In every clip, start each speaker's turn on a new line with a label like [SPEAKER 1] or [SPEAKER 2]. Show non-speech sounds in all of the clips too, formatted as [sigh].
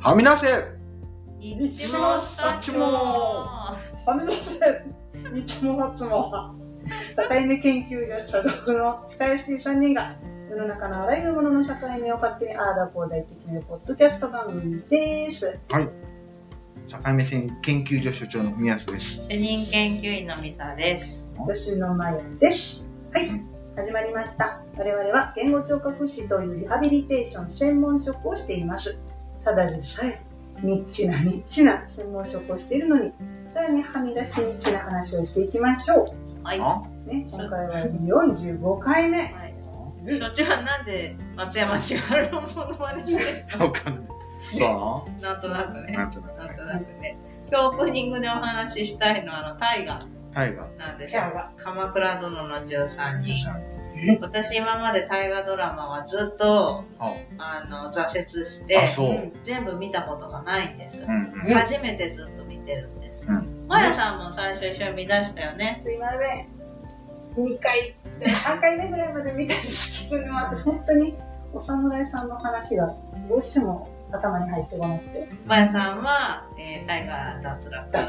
[SPEAKER 1] はみ出せ
[SPEAKER 2] 一も八も
[SPEAKER 3] はみ出せ日も夏も境目研究所所属の深谷市3人が世の中のあらゆるものの社会にを勝手にああだこうだ言って決めるポッドキャスト番組です。
[SPEAKER 1] 境目線研究所所長の宮津です。
[SPEAKER 2] 主任研究員のみさです
[SPEAKER 3] 吉野真也です。はい、始まりました。我々は言語聴覚士というリハビリテーション専門職をしています。ただでさえ、ニッチなニッチな専門職をしているのに、さらにはみ出しニッチな話をしていきましょ
[SPEAKER 2] はい
[SPEAKER 1] あ
[SPEAKER 3] う。ね、今回は45回目。
[SPEAKER 2] 所長はなんで松山千春のモノマネして
[SPEAKER 1] わかんない。そ
[SPEAKER 2] なんとなく
[SPEAKER 1] う
[SPEAKER 2] ね
[SPEAKER 1] なんとな
[SPEAKER 2] なん
[SPEAKER 1] く。
[SPEAKER 2] となくね今日オープニングでお話ししたいのはあの大河
[SPEAKER 1] タイガー
[SPEAKER 2] なんです
[SPEAKER 3] じ
[SPEAKER 2] よ
[SPEAKER 3] ゃあ、
[SPEAKER 2] 鎌倉殿の13人
[SPEAKER 1] さん。
[SPEAKER 2] 私今まで大河ドラマはずっと
[SPEAKER 1] あ、
[SPEAKER 2] あの挫折して
[SPEAKER 1] あそう。
[SPEAKER 2] 全部見たことがないんです
[SPEAKER 1] うんうん。
[SPEAKER 2] 初めてずっと見てるんです
[SPEAKER 1] う
[SPEAKER 2] まやさんも最初一緒に見出したよね
[SPEAKER 3] すいません。2回、3回目ぐらいまで見たんですけど、私本当にお侍さんの話がどうしても頭に入ってこなくて、
[SPEAKER 2] まやさんは、えー、タイガー脱落。
[SPEAKER 3] 脱打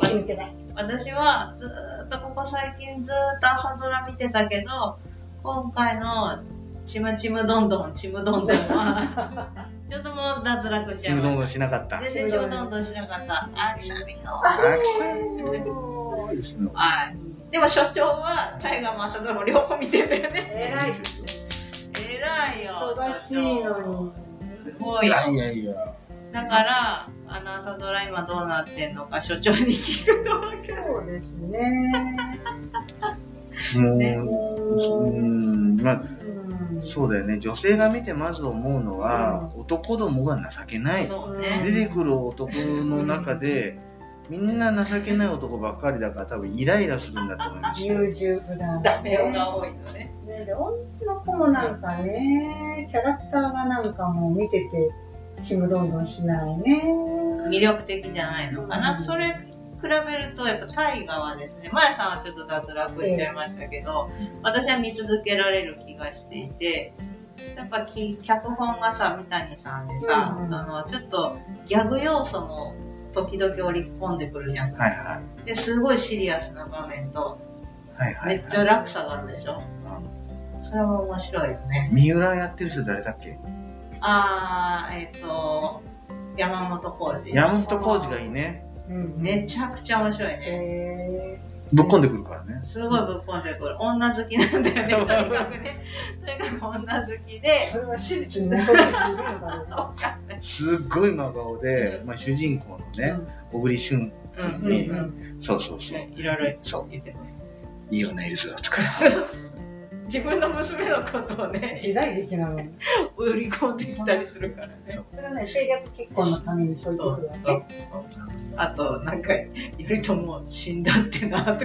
[SPEAKER 3] ち抜けない。
[SPEAKER 2] 私はずーっとここ最近ずーっと朝ドラ見てたけど、今回のちむちむどんどん、ちむどんどんは、ちょっともう脱落しち
[SPEAKER 1] ち
[SPEAKER 2] ゃい
[SPEAKER 1] むど
[SPEAKER 2] ま
[SPEAKER 1] んど
[SPEAKER 2] し
[SPEAKER 1] んしなかった
[SPEAKER 2] た。。全然ちむどんどんしなかった。あ、ちなみに。
[SPEAKER 1] あ
[SPEAKER 3] ー
[SPEAKER 1] そうですね
[SPEAKER 2] はい。でも所長は、タイガーも朝ドラも両方見てた
[SPEAKER 3] [laughs]
[SPEAKER 2] よね。
[SPEAKER 3] えらい。
[SPEAKER 2] 偉いよ。
[SPEAKER 3] 忙しいのに。
[SPEAKER 2] すご
[SPEAKER 1] い
[SPEAKER 2] い。
[SPEAKER 1] やいやいや。
[SPEAKER 2] だから、あの朝ドラ今どうなってんのか所長に聞くとわかる。
[SPEAKER 3] そうですね。
[SPEAKER 1] もう、うー、
[SPEAKER 3] うん
[SPEAKER 1] まあ、
[SPEAKER 3] ん
[SPEAKER 1] そうだよね。女性が見てまず思うのは、男どもが情けない。
[SPEAKER 2] そう
[SPEAKER 1] 出
[SPEAKER 2] ね。
[SPEAKER 1] てくる男の中で、みんな情けない男ばっかりだから、多分イライラするんだと思います。
[SPEAKER 3] 優柔不断。
[SPEAKER 2] ダメ男が多いのね。
[SPEAKER 3] ね、で女の子もなんかねキャラクターがなんかもう見ててちむどんどんしないね
[SPEAKER 2] 魅力的じゃないのか
[SPEAKER 3] う
[SPEAKER 2] な。
[SPEAKER 3] ん
[SPEAKER 2] それ比べると、やっぱ大河はですね、まやさんはちょっと脱落しちゃいましたけど、私は見続けられる気がしていて、やっぱき脚本がさ、三谷さんでさ、
[SPEAKER 3] うんうん
[SPEAKER 2] あの、ちょっとギャグ要素も時々織り込んでくるじゃん。
[SPEAKER 1] はいは
[SPEAKER 2] で、すごいシリアスな場面と、
[SPEAKER 1] い。はいは
[SPEAKER 2] め
[SPEAKER 1] い
[SPEAKER 2] っ。ちゃ落差があるでしょ。それも面白いよね。
[SPEAKER 1] 三浦やってる人誰だっけ
[SPEAKER 2] あー、えっ、と、山本浩二。
[SPEAKER 1] 山本浩二がいいね。
[SPEAKER 3] うん
[SPEAKER 2] めちゃくちゃ面白いね。
[SPEAKER 3] え
[SPEAKER 1] ぶっこんでくるからね。
[SPEAKER 2] すごいぶっ込んでくる。女好きなんだよね、とにかく [laughs] ね。とにかく女好きで
[SPEAKER 3] ー、、それは私立に戻っているのだろうか
[SPEAKER 1] すっごい真顔で、まあ、主人公のね、小栗旬。
[SPEAKER 2] うん、うん、
[SPEAKER 3] うん
[SPEAKER 2] う
[SPEAKER 3] うん
[SPEAKER 2] ん。
[SPEAKER 1] そうそうそう。
[SPEAKER 2] いろいろ
[SPEAKER 1] そ
[SPEAKER 2] 言ってます。
[SPEAKER 1] う。いい女いるぞとか。
[SPEAKER 2] 自分の娘のことをね、
[SPEAKER 3] 時代劇なのに
[SPEAKER 2] 売り込んできたりするからね。
[SPEAKER 1] そう
[SPEAKER 3] それはね政略結婚のためにそういう
[SPEAKER 2] そ
[SPEAKER 3] こ
[SPEAKER 2] う
[SPEAKER 3] と
[SPEAKER 2] そ
[SPEAKER 3] だ
[SPEAKER 2] う
[SPEAKER 3] ね
[SPEAKER 2] あと、なんか、頼朝死んだってな、と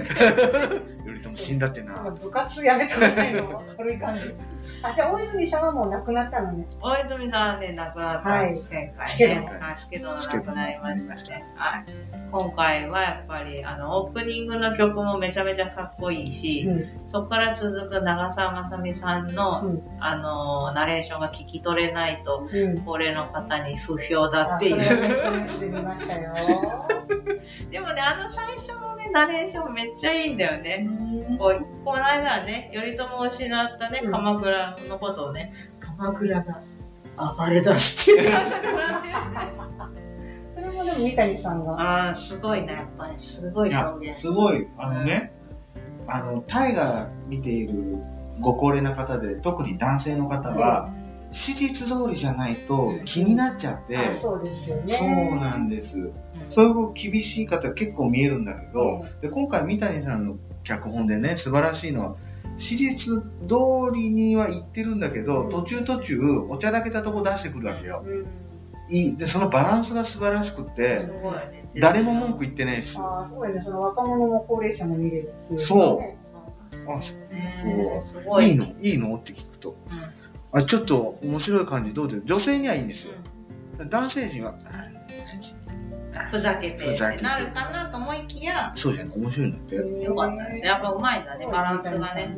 [SPEAKER 1] よ
[SPEAKER 2] か。
[SPEAKER 1] りとも死んだって
[SPEAKER 3] なんか
[SPEAKER 1] な。
[SPEAKER 3] 部活やめたくないのも軽い感じあじゃあ大泉さんはもう亡くなったのね
[SPEAKER 2] 大泉さんはね、亡くなったんです、前
[SPEAKER 3] ス
[SPEAKER 2] 回
[SPEAKER 3] ケ
[SPEAKER 2] ね
[SPEAKER 1] ド。
[SPEAKER 2] あスケドが亡くなりましたね。はい。今回はやっぱり、あの、オープニングの曲もめちゃめちゃかっこいいし、
[SPEAKER 3] うん
[SPEAKER 2] そこから続く長澤まさみさんの、
[SPEAKER 3] うん
[SPEAKER 2] あの、ナレーションが聞き取れないと、
[SPEAKER 3] うん
[SPEAKER 2] 高齢の方に不評だ
[SPEAKER 3] あ
[SPEAKER 2] ってい
[SPEAKER 3] それはネ
[SPEAKER 2] う。
[SPEAKER 3] ットニュースで見ましたよ
[SPEAKER 2] でもね、あの最初のね、ナレーションめっちゃいいんだよね。こうこの間はね、頼朝を失ったね、
[SPEAKER 3] うん
[SPEAKER 2] 鎌倉のことをね、鎌倉が暴れ出してる。
[SPEAKER 3] それもでも三谷さんが
[SPEAKER 2] [laughs] ああ、すごいな、やっぱり。すごい表現。
[SPEAKER 1] すごい、あのね、あの、タイが見ているご高齢な方で、特に男性の方は、史実通りじゃないと気になっちゃって、
[SPEAKER 3] あそうですよね
[SPEAKER 1] そうなんです。
[SPEAKER 2] うん
[SPEAKER 1] そういう厳しい方結構見えるんだけど、
[SPEAKER 3] うん
[SPEAKER 1] で今回三谷さんの脚本でね素晴らしいのは史実通りには言ってるんだけど、
[SPEAKER 3] うん
[SPEAKER 1] 途中途中おちゃらけたとこ出してくるわけよ、
[SPEAKER 3] うん
[SPEAKER 1] いいでそのバランスが素晴らしく
[SPEAKER 2] す
[SPEAKER 1] て、
[SPEAKER 2] ごいね。
[SPEAKER 1] 誰も文句言ってないし
[SPEAKER 3] ああ、すごいね。その若者も高齢者も見れるっていう、ね。
[SPEAKER 1] そうあ
[SPEAKER 2] ねすごい。
[SPEAKER 1] いいのいいのって聞くとあちょっと面白い感じどうで女性にはいいんですよ男性陣は
[SPEAKER 2] うんふざけて
[SPEAKER 1] ふざけ
[SPEAKER 2] っててなるかなと思いきや、
[SPEAKER 1] そうじゃない面白いんだって
[SPEAKER 3] う。
[SPEAKER 2] よかったですね。やっぱうまいんだね、バランスがね。。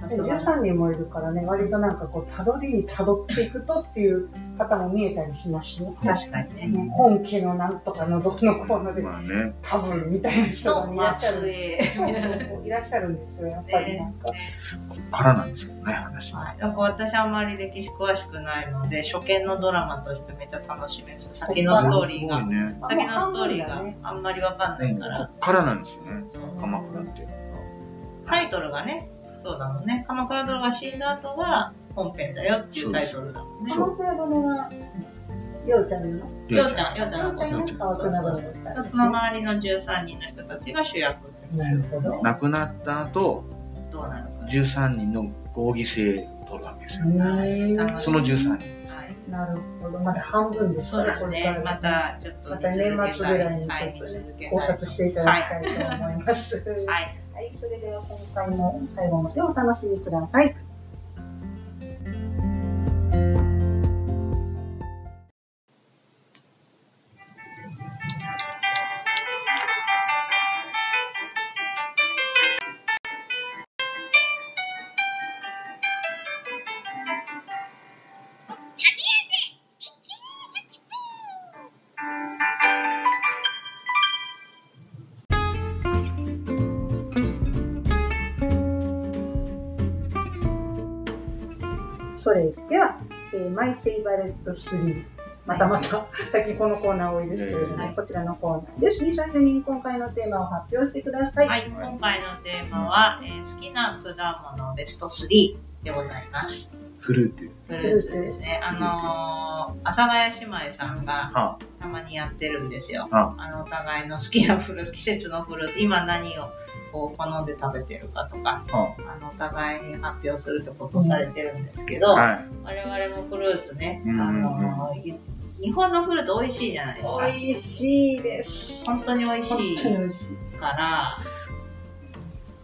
[SPEAKER 2] さすが
[SPEAKER 3] 13人もいるからね、割となんかこう、たどりにたどっていくとっていう方も見えたりしますしね。
[SPEAKER 2] 確かにね。
[SPEAKER 3] ね本家のなんとかのどうのこうので、
[SPEAKER 1] まあね。
[SPEAKER 3] 多分みたいな人
[SPEAKER 2] と、
[SPEAKER 3] がいら
[SPEAKER 2] ま
[SPEAKER 3] っしゃ
[SPEAKER 2] 末
[SPEAKER 3] る。
[SPEAKER 2] 裔。
[SPEAKER 3] そうそうそういらっしゃるんですよ、やっぱりなんか。
[SPEAKER 1] こっからなんですけどね、話は。
[SPEAKER 2] はい、なんか私あんまり歴史詳しくないので、初見のドラマとしてめっちゃ楽しめる。先のストーリー
[SPEAKER 1] す
[SPEAKER 2] が。
[SPEAKER 1] ごいね。
[SPEAKER 3] まあ
[SPEAKER 2] 先のストーリー
[SPEAKER 3] 半分だ
[SPEAKER 2] が
[SPEAKER 3] ね
[SPEAKER 2] あんまりわかん
[SPEAKER 1] う
[SPEAKER 2] ない
[SPEAKER 1] ん
[SPEAKER 2] か
[SPEAKER 1] こ
[SPEAKER 2] ら。
[SPEAKER 1] っからなんですよね。
[SPEAKER 2] そう
[SPEAKER 1] 鎌倉って。
[SPEAKER 2] タイトルがね、そうだもんね。鎌倉殿が死んだ後が本編だよっていうタイトルだもんね。
[SPEAKER 1] そう
[SPEAKER 3] 鎌倉殿が、ようちゃんの、
[SPEAKER 2] ようちゃん、ようちゃんの
[SPEAKER 1] ようちゃん
[SPEAKER 3] 鎌倉殿だったんです
[SPEAKER 2] その
[SPEAKER 3] ね。
[SPEAKER 2] 周りの13人の人たちが主役ってこと
[SPEAKER 3] なるほど。
[SPEAKER 1] 亡くなった後、
[SPEAKER 2] どうなるか。
[SPEAKER 1] 13人の合議制を取るわけですよ。
[SPEAKER 3] ね
[SPEAKER 2] はい
[SPEAKER 1] その13人。
[SPEAKER 2] はい。
[SPEAKER 3] なるほど。まだ半分です
[SPEAKER 2] そうですね。また、ちょっと
[SPEAKER 3] また年末ぐらいに
[SPEAKER 2] は
[SPEAKER 3] ちょっと
[SPEAKER 2] 続けた
[SPEAKER 3] ね
[SPEAKER 2] い
[SPEAKER 3] 考察していただきたいと思います。は
[SPEAKER 2] はい。
[SPEAKER 3] い、それでは今回も最後までお楽しみください。それでは、えーマイフェイバレット3。またまた、さっきこのコーナー多いですけれども、
[SPEAKER 2] はい
[SPEAKER 3] こちらのコーナーです。リーサーに今回のテーマを発表してください。
[SPEAKER 2] はい、今回のテーマは、えー好きな果物ベスト3でございます。
[SPEAKER 1] フルーティー。
[SPEAKER 2] フルーツですね。あのー、阿佐ヶ谷姉妹さんが
[SPEAKER 1] は
[SPEAKER 2] たまにやってるんですよ。
[SPEAKER 1] あ
[SPEAKER 2] あの、お互いの好きなフルーツ、季節のフルーツ、今何をこう好んで食べてるかとか、
[SPEAKER 1] あ、は
[SPEAKER 2] あの、お互いに発表するってことをされてるんですけど、
[SPEAKER 1] あ。はい。
[SPEAKER 2] 我々もフルーツね、あ
[SPEAKER 1] うん
[SPEAKER 2] のーい日本のフルーツ美味しいじゃないですか。
[SPEAKER 3] 美味しいです。
[SPEAKER 2] 本当に美味
[SPEAKER 3] 本
[SPEAKER 2] し
[SPEAKER 3] 当に
[SPEAKER 2] い
[SPEAKER 3] 美味しい。
[SPEAKER 2] から、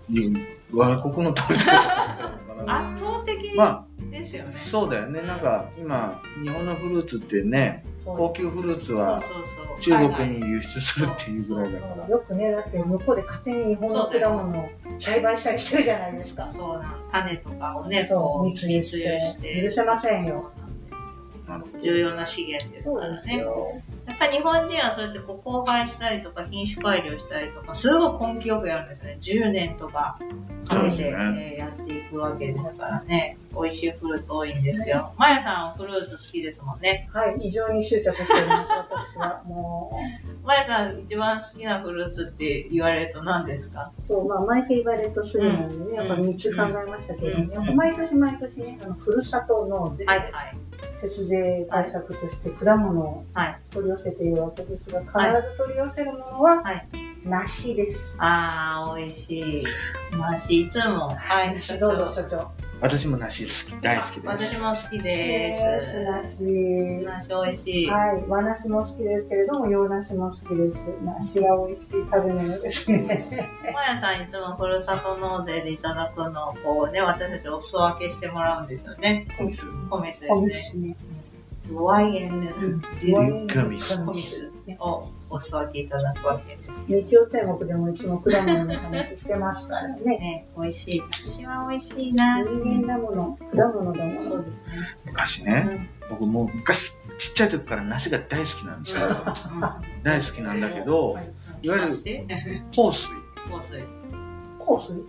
[SPEAKER 1] で和国の食べ方なのかな。
[SPEAKER 2] 圧倒的
[SPEAKER 1] ま
[SPEAKER 2] ですよね。
[SPEAKER 1] あ、そうだよね。なんか、今、日本のフルーツってね、
[SPEAKER 3] そ
[SPEAKER 1] 高級フルーツ
[SPEAKER 2] そ
[SPEAKER 1] は
[SPEAKER 2] うそうそう。
[SPEAKER 1] 中
[SPEAKER 2] 海外
[SPEAKER 1] 国に輸出するっていうぐらいだから
[SPEAKER 3] う。。よくね、だって向こうで勝手に日本の果物を栽培したりしてるじゃないですか。
[SPEAKER 2] そうなの種とかをね、
[SPEAKER 3] そ
[SPEAKER 2] こ
[SPEAKER 3] う
[SPEAKER 2] う、
[SPEAKER 3] 密輸して
[SPEAKER 2] 密輸して
[SPEAKER 3] 許せませんよ。
[SPEAKER 1] なるほ
[SPEAKER 2] 重要な資源です
[SPEAKER 3] そう
[SPEAKER 2] か
[SPEAKER 3] で
[SPEAKER 2] ら
[SPEAKER 3] す
[SPEAKER 2] ね。
[SPEAKER 3] よ。
[SPEAKER 2] やっぱり日本人はそうやってこう交配したりとか品種改良したりとか、すごい根気よくやるんですね。10年とかか
[SPEAKER 1] そ
[SPEAKER 2] け
[SPEAKER 1] うで
[SPEAKER 2] て、
[SPEAKER 1] すね
[SPEAKER 2] えーやっていくわけですからね。美味しいフルーツ多いんですよ。まやさんはフルーツ好きですもんね。
[SPEAKER 3] はい、異常に執着しております、私は。もう。
[SPEAKER 2] まやさん一番好きなフルーツって言われると何ですか
[SPEAKER 3] そう、まあ、マイフェイバレット3なんでね、
[SPEAKER 2] ん
[SPEAKER 3] やっぱ3つ考えましたけどね、
[SPEAKER 1] うん
[SPEAKER 3] 毎年毎年ね、あのふるさと納税、
[SPEAKER 2] はいはい。
[SPEAKER 3] 節税対策として果物を
[SPEAKER 2] はい。
[SPEAKER 3] 取り寄せているわけですが、必
[SPEAKER 2] はい
[SPEAKER 3] ず取り寄せるものは、
[SPEAKER 2] はい
[SPEAKER 3] 梨です。
[SPEAKER 2] あー、美味しい。まし、いつも。はい。
[SPEAKER 3] 梨どうぞ、所長。
[SPEAKER 1] 私も梨好き、大好きです。
[SPEAKER 2] 私も好きです。
[SPEAKER 3] 梨。
[SPEAKER 2] 梨美味しい。
[SPEAKER 3] はい、和梨も好きですけれども、洋梨も好きです。梨は美味しい食べ物ですね。
[SPEAKER 2] マヤさんいつもふるさと納税でいただくのをこうね、私たちお裾分けしてもらうんですよね。
[SPEAKER 1] コミス。
[SPEAKER 2] コミスです
[SPEAKER 3] 美味
[SPEAKER 2] ね。
[SPEAKER 3] しいね。
[SPEAKER 2] YNS
[SPEAKER 1] コミス。
[SPEAKER 2] コミスをお裾分けいただくわけです
[SPEAKER 3] 日曜天国でもいつも果物の話してますからね。
[SPEAKER 2] ね。美味しい。私は美味しいな。
[SPEAKER 3] 人間だもの、果物だもの
[SPEAKER 2] そ。うですね。
[SPEAKER 1] 昔ね、僕もう昔、ちっちゃい時から梨が大好きなんですよ。大好きなんだけど、いわゆる香水。
[SPEAKER 2] 香水。
[SPEAKER 3] 香水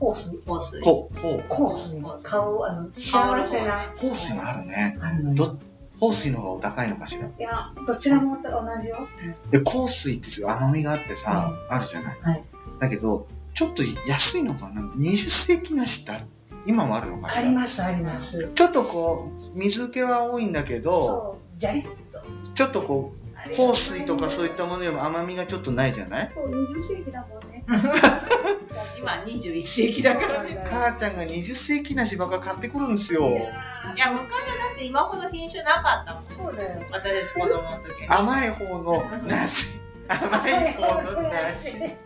[SPEAKER 3] 香水
[SPEAKER 2] 香水。
[SPEAKER 1] こ、こう。
[SPEAKER 3] 香水顔をあの幸せな
[SPEAKER 1] 香水もあるね。
[SPEAKER 3] あの
[SPEAKER 1] ど、香水の方がお高いのかしら。
[SPEAKER 3] いやどちらも同じよ
[SPEAKER 1] で、香水ってすごい甘みがあってさ、あるじゃない。
[SPEAKER 3] はい
[SPEAKER 1] だけど、ちょっと安いのかな ?20 世紀梨ってあ今もあるのかし
[SPEAKER 3] あ
[SPEAKER 1] ら
[SPEAKER 3] りますあります
[SPEAKER 1] ちょっとこう、水気は多いんだけど、
[SPEAKER 3] そうじゃりっと
[SPEAKER 1] ちょっとこう、香水とかそういったものよりも甘みがちょっとないじゃない
[SPEAKER 3] そう20世紀だもんね
[SPEAKER 1] [laughs]
[SPEAKER 2] 今21世紀だからね。
[SPEAKER 1] 母ちゃんが20世紀梨ばっか買ってくるんですよ。
[SPEAKER 2] いや、昔はだって今ほど品種なかったもん。
[SPEAKER 3] そうだよ
[SPEAKER 2] 私たち子供の時に。
[SPEAKER 1] 甘い方の
[SPEAKER 3] [laughs]
[SPEAKER 1] 梨。甘い方の梨。
[SPEAKER 3] で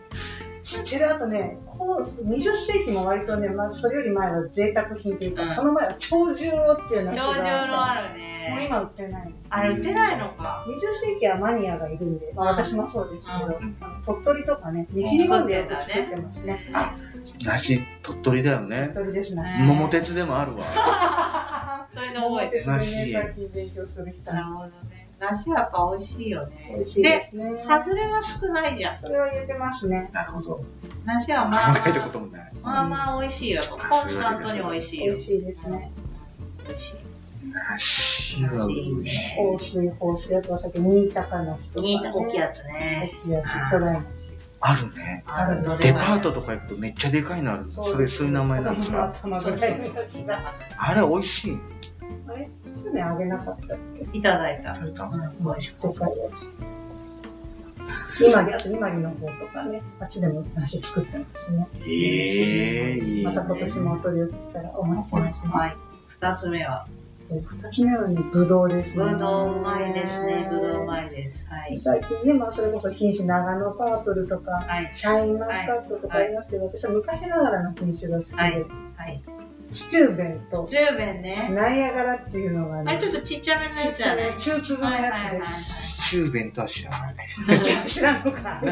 [SPEAKER 3] あとね、こう20世紀も割とね、まあ、それより前は贅沢品というか、
[SPEAKER 2] うん
[SPEAKER 3] その前は長寿郎っていうの
[SPEAKER 2] 頂上の
[SPEAKER 3] あっ
[SPEAKER 2] ある
[SPEAKER 3] たもう
[SPEAKER 2] ね。
[SPEAKER 3] 今売ってない
[SPEAKER 2] あれ売ってないのか。
[SPEAKER 3] 20世紀はマニアがいるんで、まあ、私もそうですけど、
[SPEAKER 1] うん
[SPEAKER 3] あの鳥取とかね西日本でよく作ってますね
[SPEAKER 1] あ、梨、鳥取だよね。
[SPEAKER 3] 鳥ですね。
[SPEAKER 2] ね
[SPEAKER 1] 桃鉄でもある
[SPEAKER 3] [laughs]
[SPEAKER 1] わ。
[SPEAKER 2] それで覚えてる。
[SPEAKER 3] 桃鉄のね、最近勉強する人
[SPEAKER 2] なるほどね。梨はやっぱ美味しいよね。
[SPEAKER 3] 美味しいですね。
[SPEAKER 2] 外れが少ないじゃん。
[SPEAKER 3] それは言えてますね。
[SPEAKER 1] なるほど。考
[SPEAKER 2] 梨はまあま
[SPEAKER 1] えたこともない。
[SPEAKER 2] あ、まあまあ美味しいよ。コンスタントに美味しい
[SPEAKER 3] 美
[SPEAKER 2] よ
[SPEAKER 3] 味。しいですね。
[SPEAKER 2] 美味しい。
[SPEAKER 1] 梨は美味しい。
[SPEAKER 3] 香水、香水、あとはさっき新高の人とか、
[SPEAKER 2] いい
[SPEAKER 3] ね。
[SPEAKER 2] 大きいやつね。
[SPEAKER 3] 大きいやつ、巨大なし。
[SPEAKER 1] あるね。
[SPEAKER 2] あるので
[SPEAKER 1] デ
[SPEAKER 2] は
[SPEAKER 1] パ
[SPEAKER 2] ね
[SPEAKER 1] ートとか行くとめっちゃでかいのある。それ、そういう名前なんですか。
[SPEAKER 3] 頭が痛いやつだ
[SPEAKER 1] あれ美味しい。
[SPEAKER 3] あれ去年あげなかったっけ
[SPEAKER 2] いただいた。
[SPEAKER 1] 食べた
[SPEAKER 2] うん、美味しか
[SPEAKER 3] でかいやつ。今に、あと今にの方とかね、あっちでも梨作ってますね。
[SPEAKER 1] ええいいね
[SPEAKER 3] また今年もお取り寄せたらお待ちしてます
[SPEAKER 2] った。
[SPEAKER 3] ね。
[SPEAKER 2] はい。二つ目は、
[SPEAKER 3] で二つ目はね、ぶどうです
[SPEAKER 2] ぶどううまいですね。ぶどううまいです。はい。
[SPEAKER 3] 最近ね、まあ、それこそ品種長野パープルとか、
[SPEAKER 2] はい。
[SPEAKER 3] シャインマスカットとかありますけど、私は昔ながらの品種が好きで、
[SPEAKER 2] はいはい。
[SPEAKER 3] シチューベンと
[SPEAKER 2] 十弁ね。
[SPEAKER 3] ナイアガラっていうのが
[SPEAKER 2] あれちょ
[SPEAKER 3] ね、
[SPEAKER 2] っとちっちゃめのやつ
[SPEAKER 3] ちっち
[SPEAKER 2] や
[SPEAKER 3] ゃ
[SPEAKER 2] ね
[SPEAKER 3] め。中粒のやつ
[SPEAKER 2] はいはいはい
[SPEAKER 3] で
[SPEAKER 2] はい
[SPEAKER 3] す。
[SPEAKER 1] 中弁とは知らない。
[SPEAKER 3] 知らんの
[SPEAKER 2] [laughs]
[SPEAKER 3] か。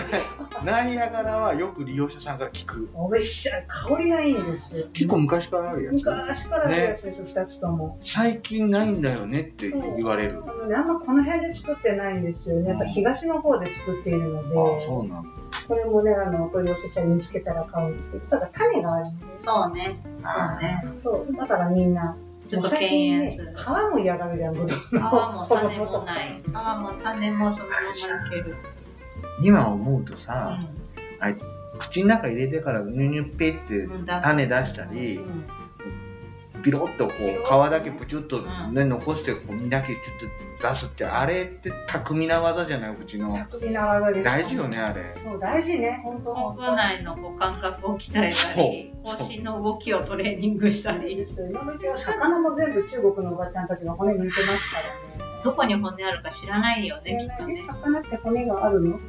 [SPEAKER 1] ナイアガラはよく利用者さんから聞く。
[SPEAKER 3] 美味しい。香りがいいんですよ。
[SPEAKER 1] 結構昔からあるやつ。
[SPEAKER 3] 昔からあるやつです、二つとも。
[SPEAKER 1] 最近ないんだよねって言われる。
[SPEAKER 3] あのねあんまこの辺で作ってないんですよね。やっぱ東の方で作っているので、
[SPEAKER 1] あ、そうなんだ。
[SPEAKER 3] これもね、あの、お取り寄せしたり見つけたら買うんですけど、ただ種があるんです
[SPEAKER 2] そうね。そうね。
[SPEAKER 3] そう、だからみんな、
[SPEAKER 2] ちょっと敬遠する
[SPEAKER 3] もう最近ね皮も嫌がるじゃん、ぶどう
[SPEAKER 2] 皮も種も
[SPEAKER 3] [laughs]
[SPEAKER 2] ない。皮も種もそのままいける。
[SPEAKER 1] 今思うと
[SPEAKER 2] う
[SPEAKER 1] さ、
[SPEAKER 2] ん
[SPEAKER 1] 口の中入れてからニュニュッペって
[SPEAKER 2] うん
[SPEAKER 1] 種出したり
[SPEAKER 2] うん
[SPEAKER 1] ピロッとこう皮だけプチュッと、ね残してこう身だけちょっと出すってあれって巧みな技じゃないうちの
[SPEAKER 3] 首の技です。
[SPEAKER 1] 大事よ。ねあれ
[SPEAKER 3] そう、大事ね、本当本当
[SPEAKER 2] 国内のこう感覚を鍛えたり、
[SPEAKER 1] そう
[SPEAKER 2] 腰の動きをトレーニングした
[SPEAKER 3] いい
[SPEAKER 2] り、
[SPEAKER 3] ですよ。今のうちは魚も全部中国のおばちゃんたちが骨抜いてますから
[SPEAKER 2] どこに骨あるか知らないよね、きっと
[SPEAKER 3] ね。え
[SPEAKER 2] ね。
[SPEAKER 3] 魚って骨があるの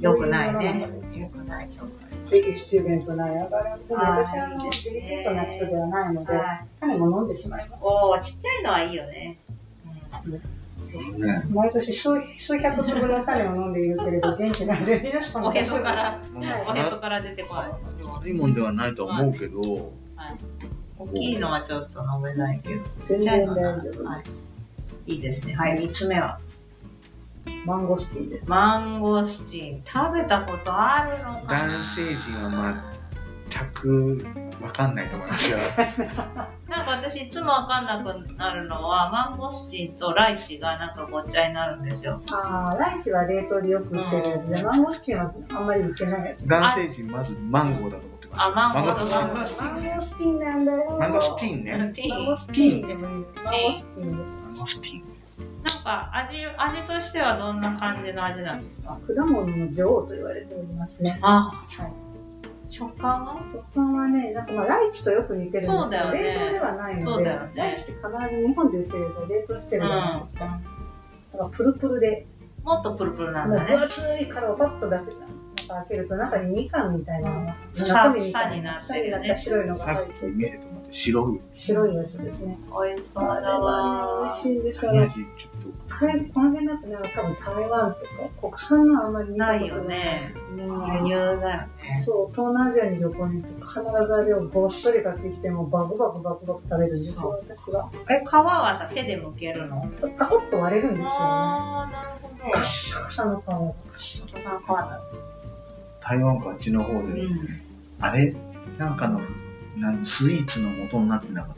[SPEAKER 2] よくないね。
[SPEAKER 3] そういう
[SPEAKER 2] よくない。よくない
[SPEAKER 3] ぜひシチューベントなやがら。でも
[SPEAKER 2] はい
[SPEAKER 3] 私はあの、デリケートな人ではないので、
[SPEAKER 2] はい
[SPEAKER 3] 種も飲んでしまいま
[SPEAKER 2] おー、ちっちゃいのはいいよね。
[SPEAKER 1] ね
[SPEAKER 3] す。毎年数数百粒の種を飲んでいるけれど、元気なんで、皆さん
[SPEAKER 2] お
[SPEAKER 3] も
[SPEAKER 2] へそから、おへそ
[SPEAKER 1] 悪
[SPEAKER 2] から出てこない。
[SPEAKER 1] いもんではないとは思うけど
[SPEAKER 2] 大きいのはちょっと飲めないけど、ち
[SPEAKER 3] 全
[SPEAKER 2] っちゃい
[SPEAKER 3] 然
[SPEAKER 2] の
[SPEAKER 3] 大
[SPEAKER 2] は
[SPEAKER 3] 丈夫です。
[SPEAKER 2] はい。いいですね。はい、三つ目は。
[SPEAKER 3] マンゴスティーです。
[SPEAKER 2] マンゴスチン食べたことあるのかな
[SPEAKER 1] 男性陣はま全くわかんないと思いますよ
[SPEAKER 2] なんか私いつもわかんなくなるのはマンゴスチンとライチがなんかごっちゃになるんですよ
[SPEAKER 3] ああ、ライチは冷凍でよく売ってるやつで、マンゴスチンはあんまり売ってないやつ。
[SPEAKER 1] 男性陣まずマンゴーだと思ってました
[SPEAKER 2] あマンゴ
[SPEAKER 1] マ
[SPEAKER 2] ー
[SPEAKER 1] ンゴースティ
[SPEAKER 3] マ
[SPEAKER 1] ーン
[SPEAKER 3] ンゴスティンなんだよ。
[SPEAKER 1] マンゴースティ
[SPEAKER 3] ン。
[SPEAKER 1] ーンね
[SPEAKER 2] ティー
[SPEAKER 3] マ
[SPEAKER 2] ン
[SPEAKER 3] ンゴ
[SPEAKER 2] な
[SPEAKER 3] スティーンでもいいです。マ
[SPEAKER 2] ティーン
[SPEAKER 3] ンゴスティン
[SPEAKER 1] マン
[SPEAKER 3] です。
[SPEAKER 1] ゴースティーン
[SPEAKER 2] んか味味としてはどんな感じの味なんですか
[SPEAKER 3] 果物の女王と言われておりますね。
[SPEAKER 2] あ
[SPEAKER 3] はい。
[SPEAKER 2] 食感は
[SPEAKER 3] 食感はね、なんかまあライチとよく似てるんですけど、
[SPEAKER 2] そうだよね
[SPEAKER 3] 冷凍ではないので、
[SPEAKER 2] そうだよね
[SPEAKER 3] ライチって必ず日本で売ってるやつを冷凍してるじゃないですか。だからプルプルで、
[SPEAKER 2] もっとプルプルなん
[SPEAKER 3] もう
[SPEAKER 2] だね
[SPEAKER 3] 分厚い殻をパッとだけ開けると中にみかんみたいなのが、
[SPEAKER 2] 房
[SPEAKER 3] みたい
[SPEAKER 2] 房になってるね
[SPEAKER 3] 房になった白いのが
[SPEAKER 1] さ
[SPEAKER 3] 入っ
[SPEAKER 1] ってきとイメージと思って白い
[SPEAKER 3] 白いやつですね。
[SPEAKER 2] 美味しそう
[SPEAKER 3] あれ
[SPEAKER 2] だ
[SPEAKER 3] は
[SPEAKER 2] わ
[SPEAKER 3] ね美味しいんですよ
[SPEAKER 1] 感
[SPEAKER 3] ね。
[SPEAKER 1] じちょっと
[SPEAKER 3] 台この辺だとね、多分台湾とか国産のはあんまり見た
[SPEAKER 2] ない
[SPEAKER 3] こと
[SPEAKER 2] よね輸
[SPEAKER 3] 輸
[SPEAKER 2] 入
[SPEAKER 3] 入
[SPEAKER 2] だよね
[SPEAKER 3] そう、東南アジアに旅行に行くと必ずあれをごっそり買ってきてもバクバクバクバク食べる実は私は
[SPEAKER 2] え皮はさ手で剥けるの
[SPEAKER 3] パコッと割れるんですよね。
[SPEAKER 2] あーなるほど
[SPEAKER 3] カッサカサの皮が。
[SPEAKER 2] 食感変わ
[SPEAKER 1] 台湾かあっちの方
[SPEAKER 2] る
[SPEAKER 1] で、
[SPEAKER 2] うん
[SPEAKER 1] あれなんかのなんスイーツの元になってなかっ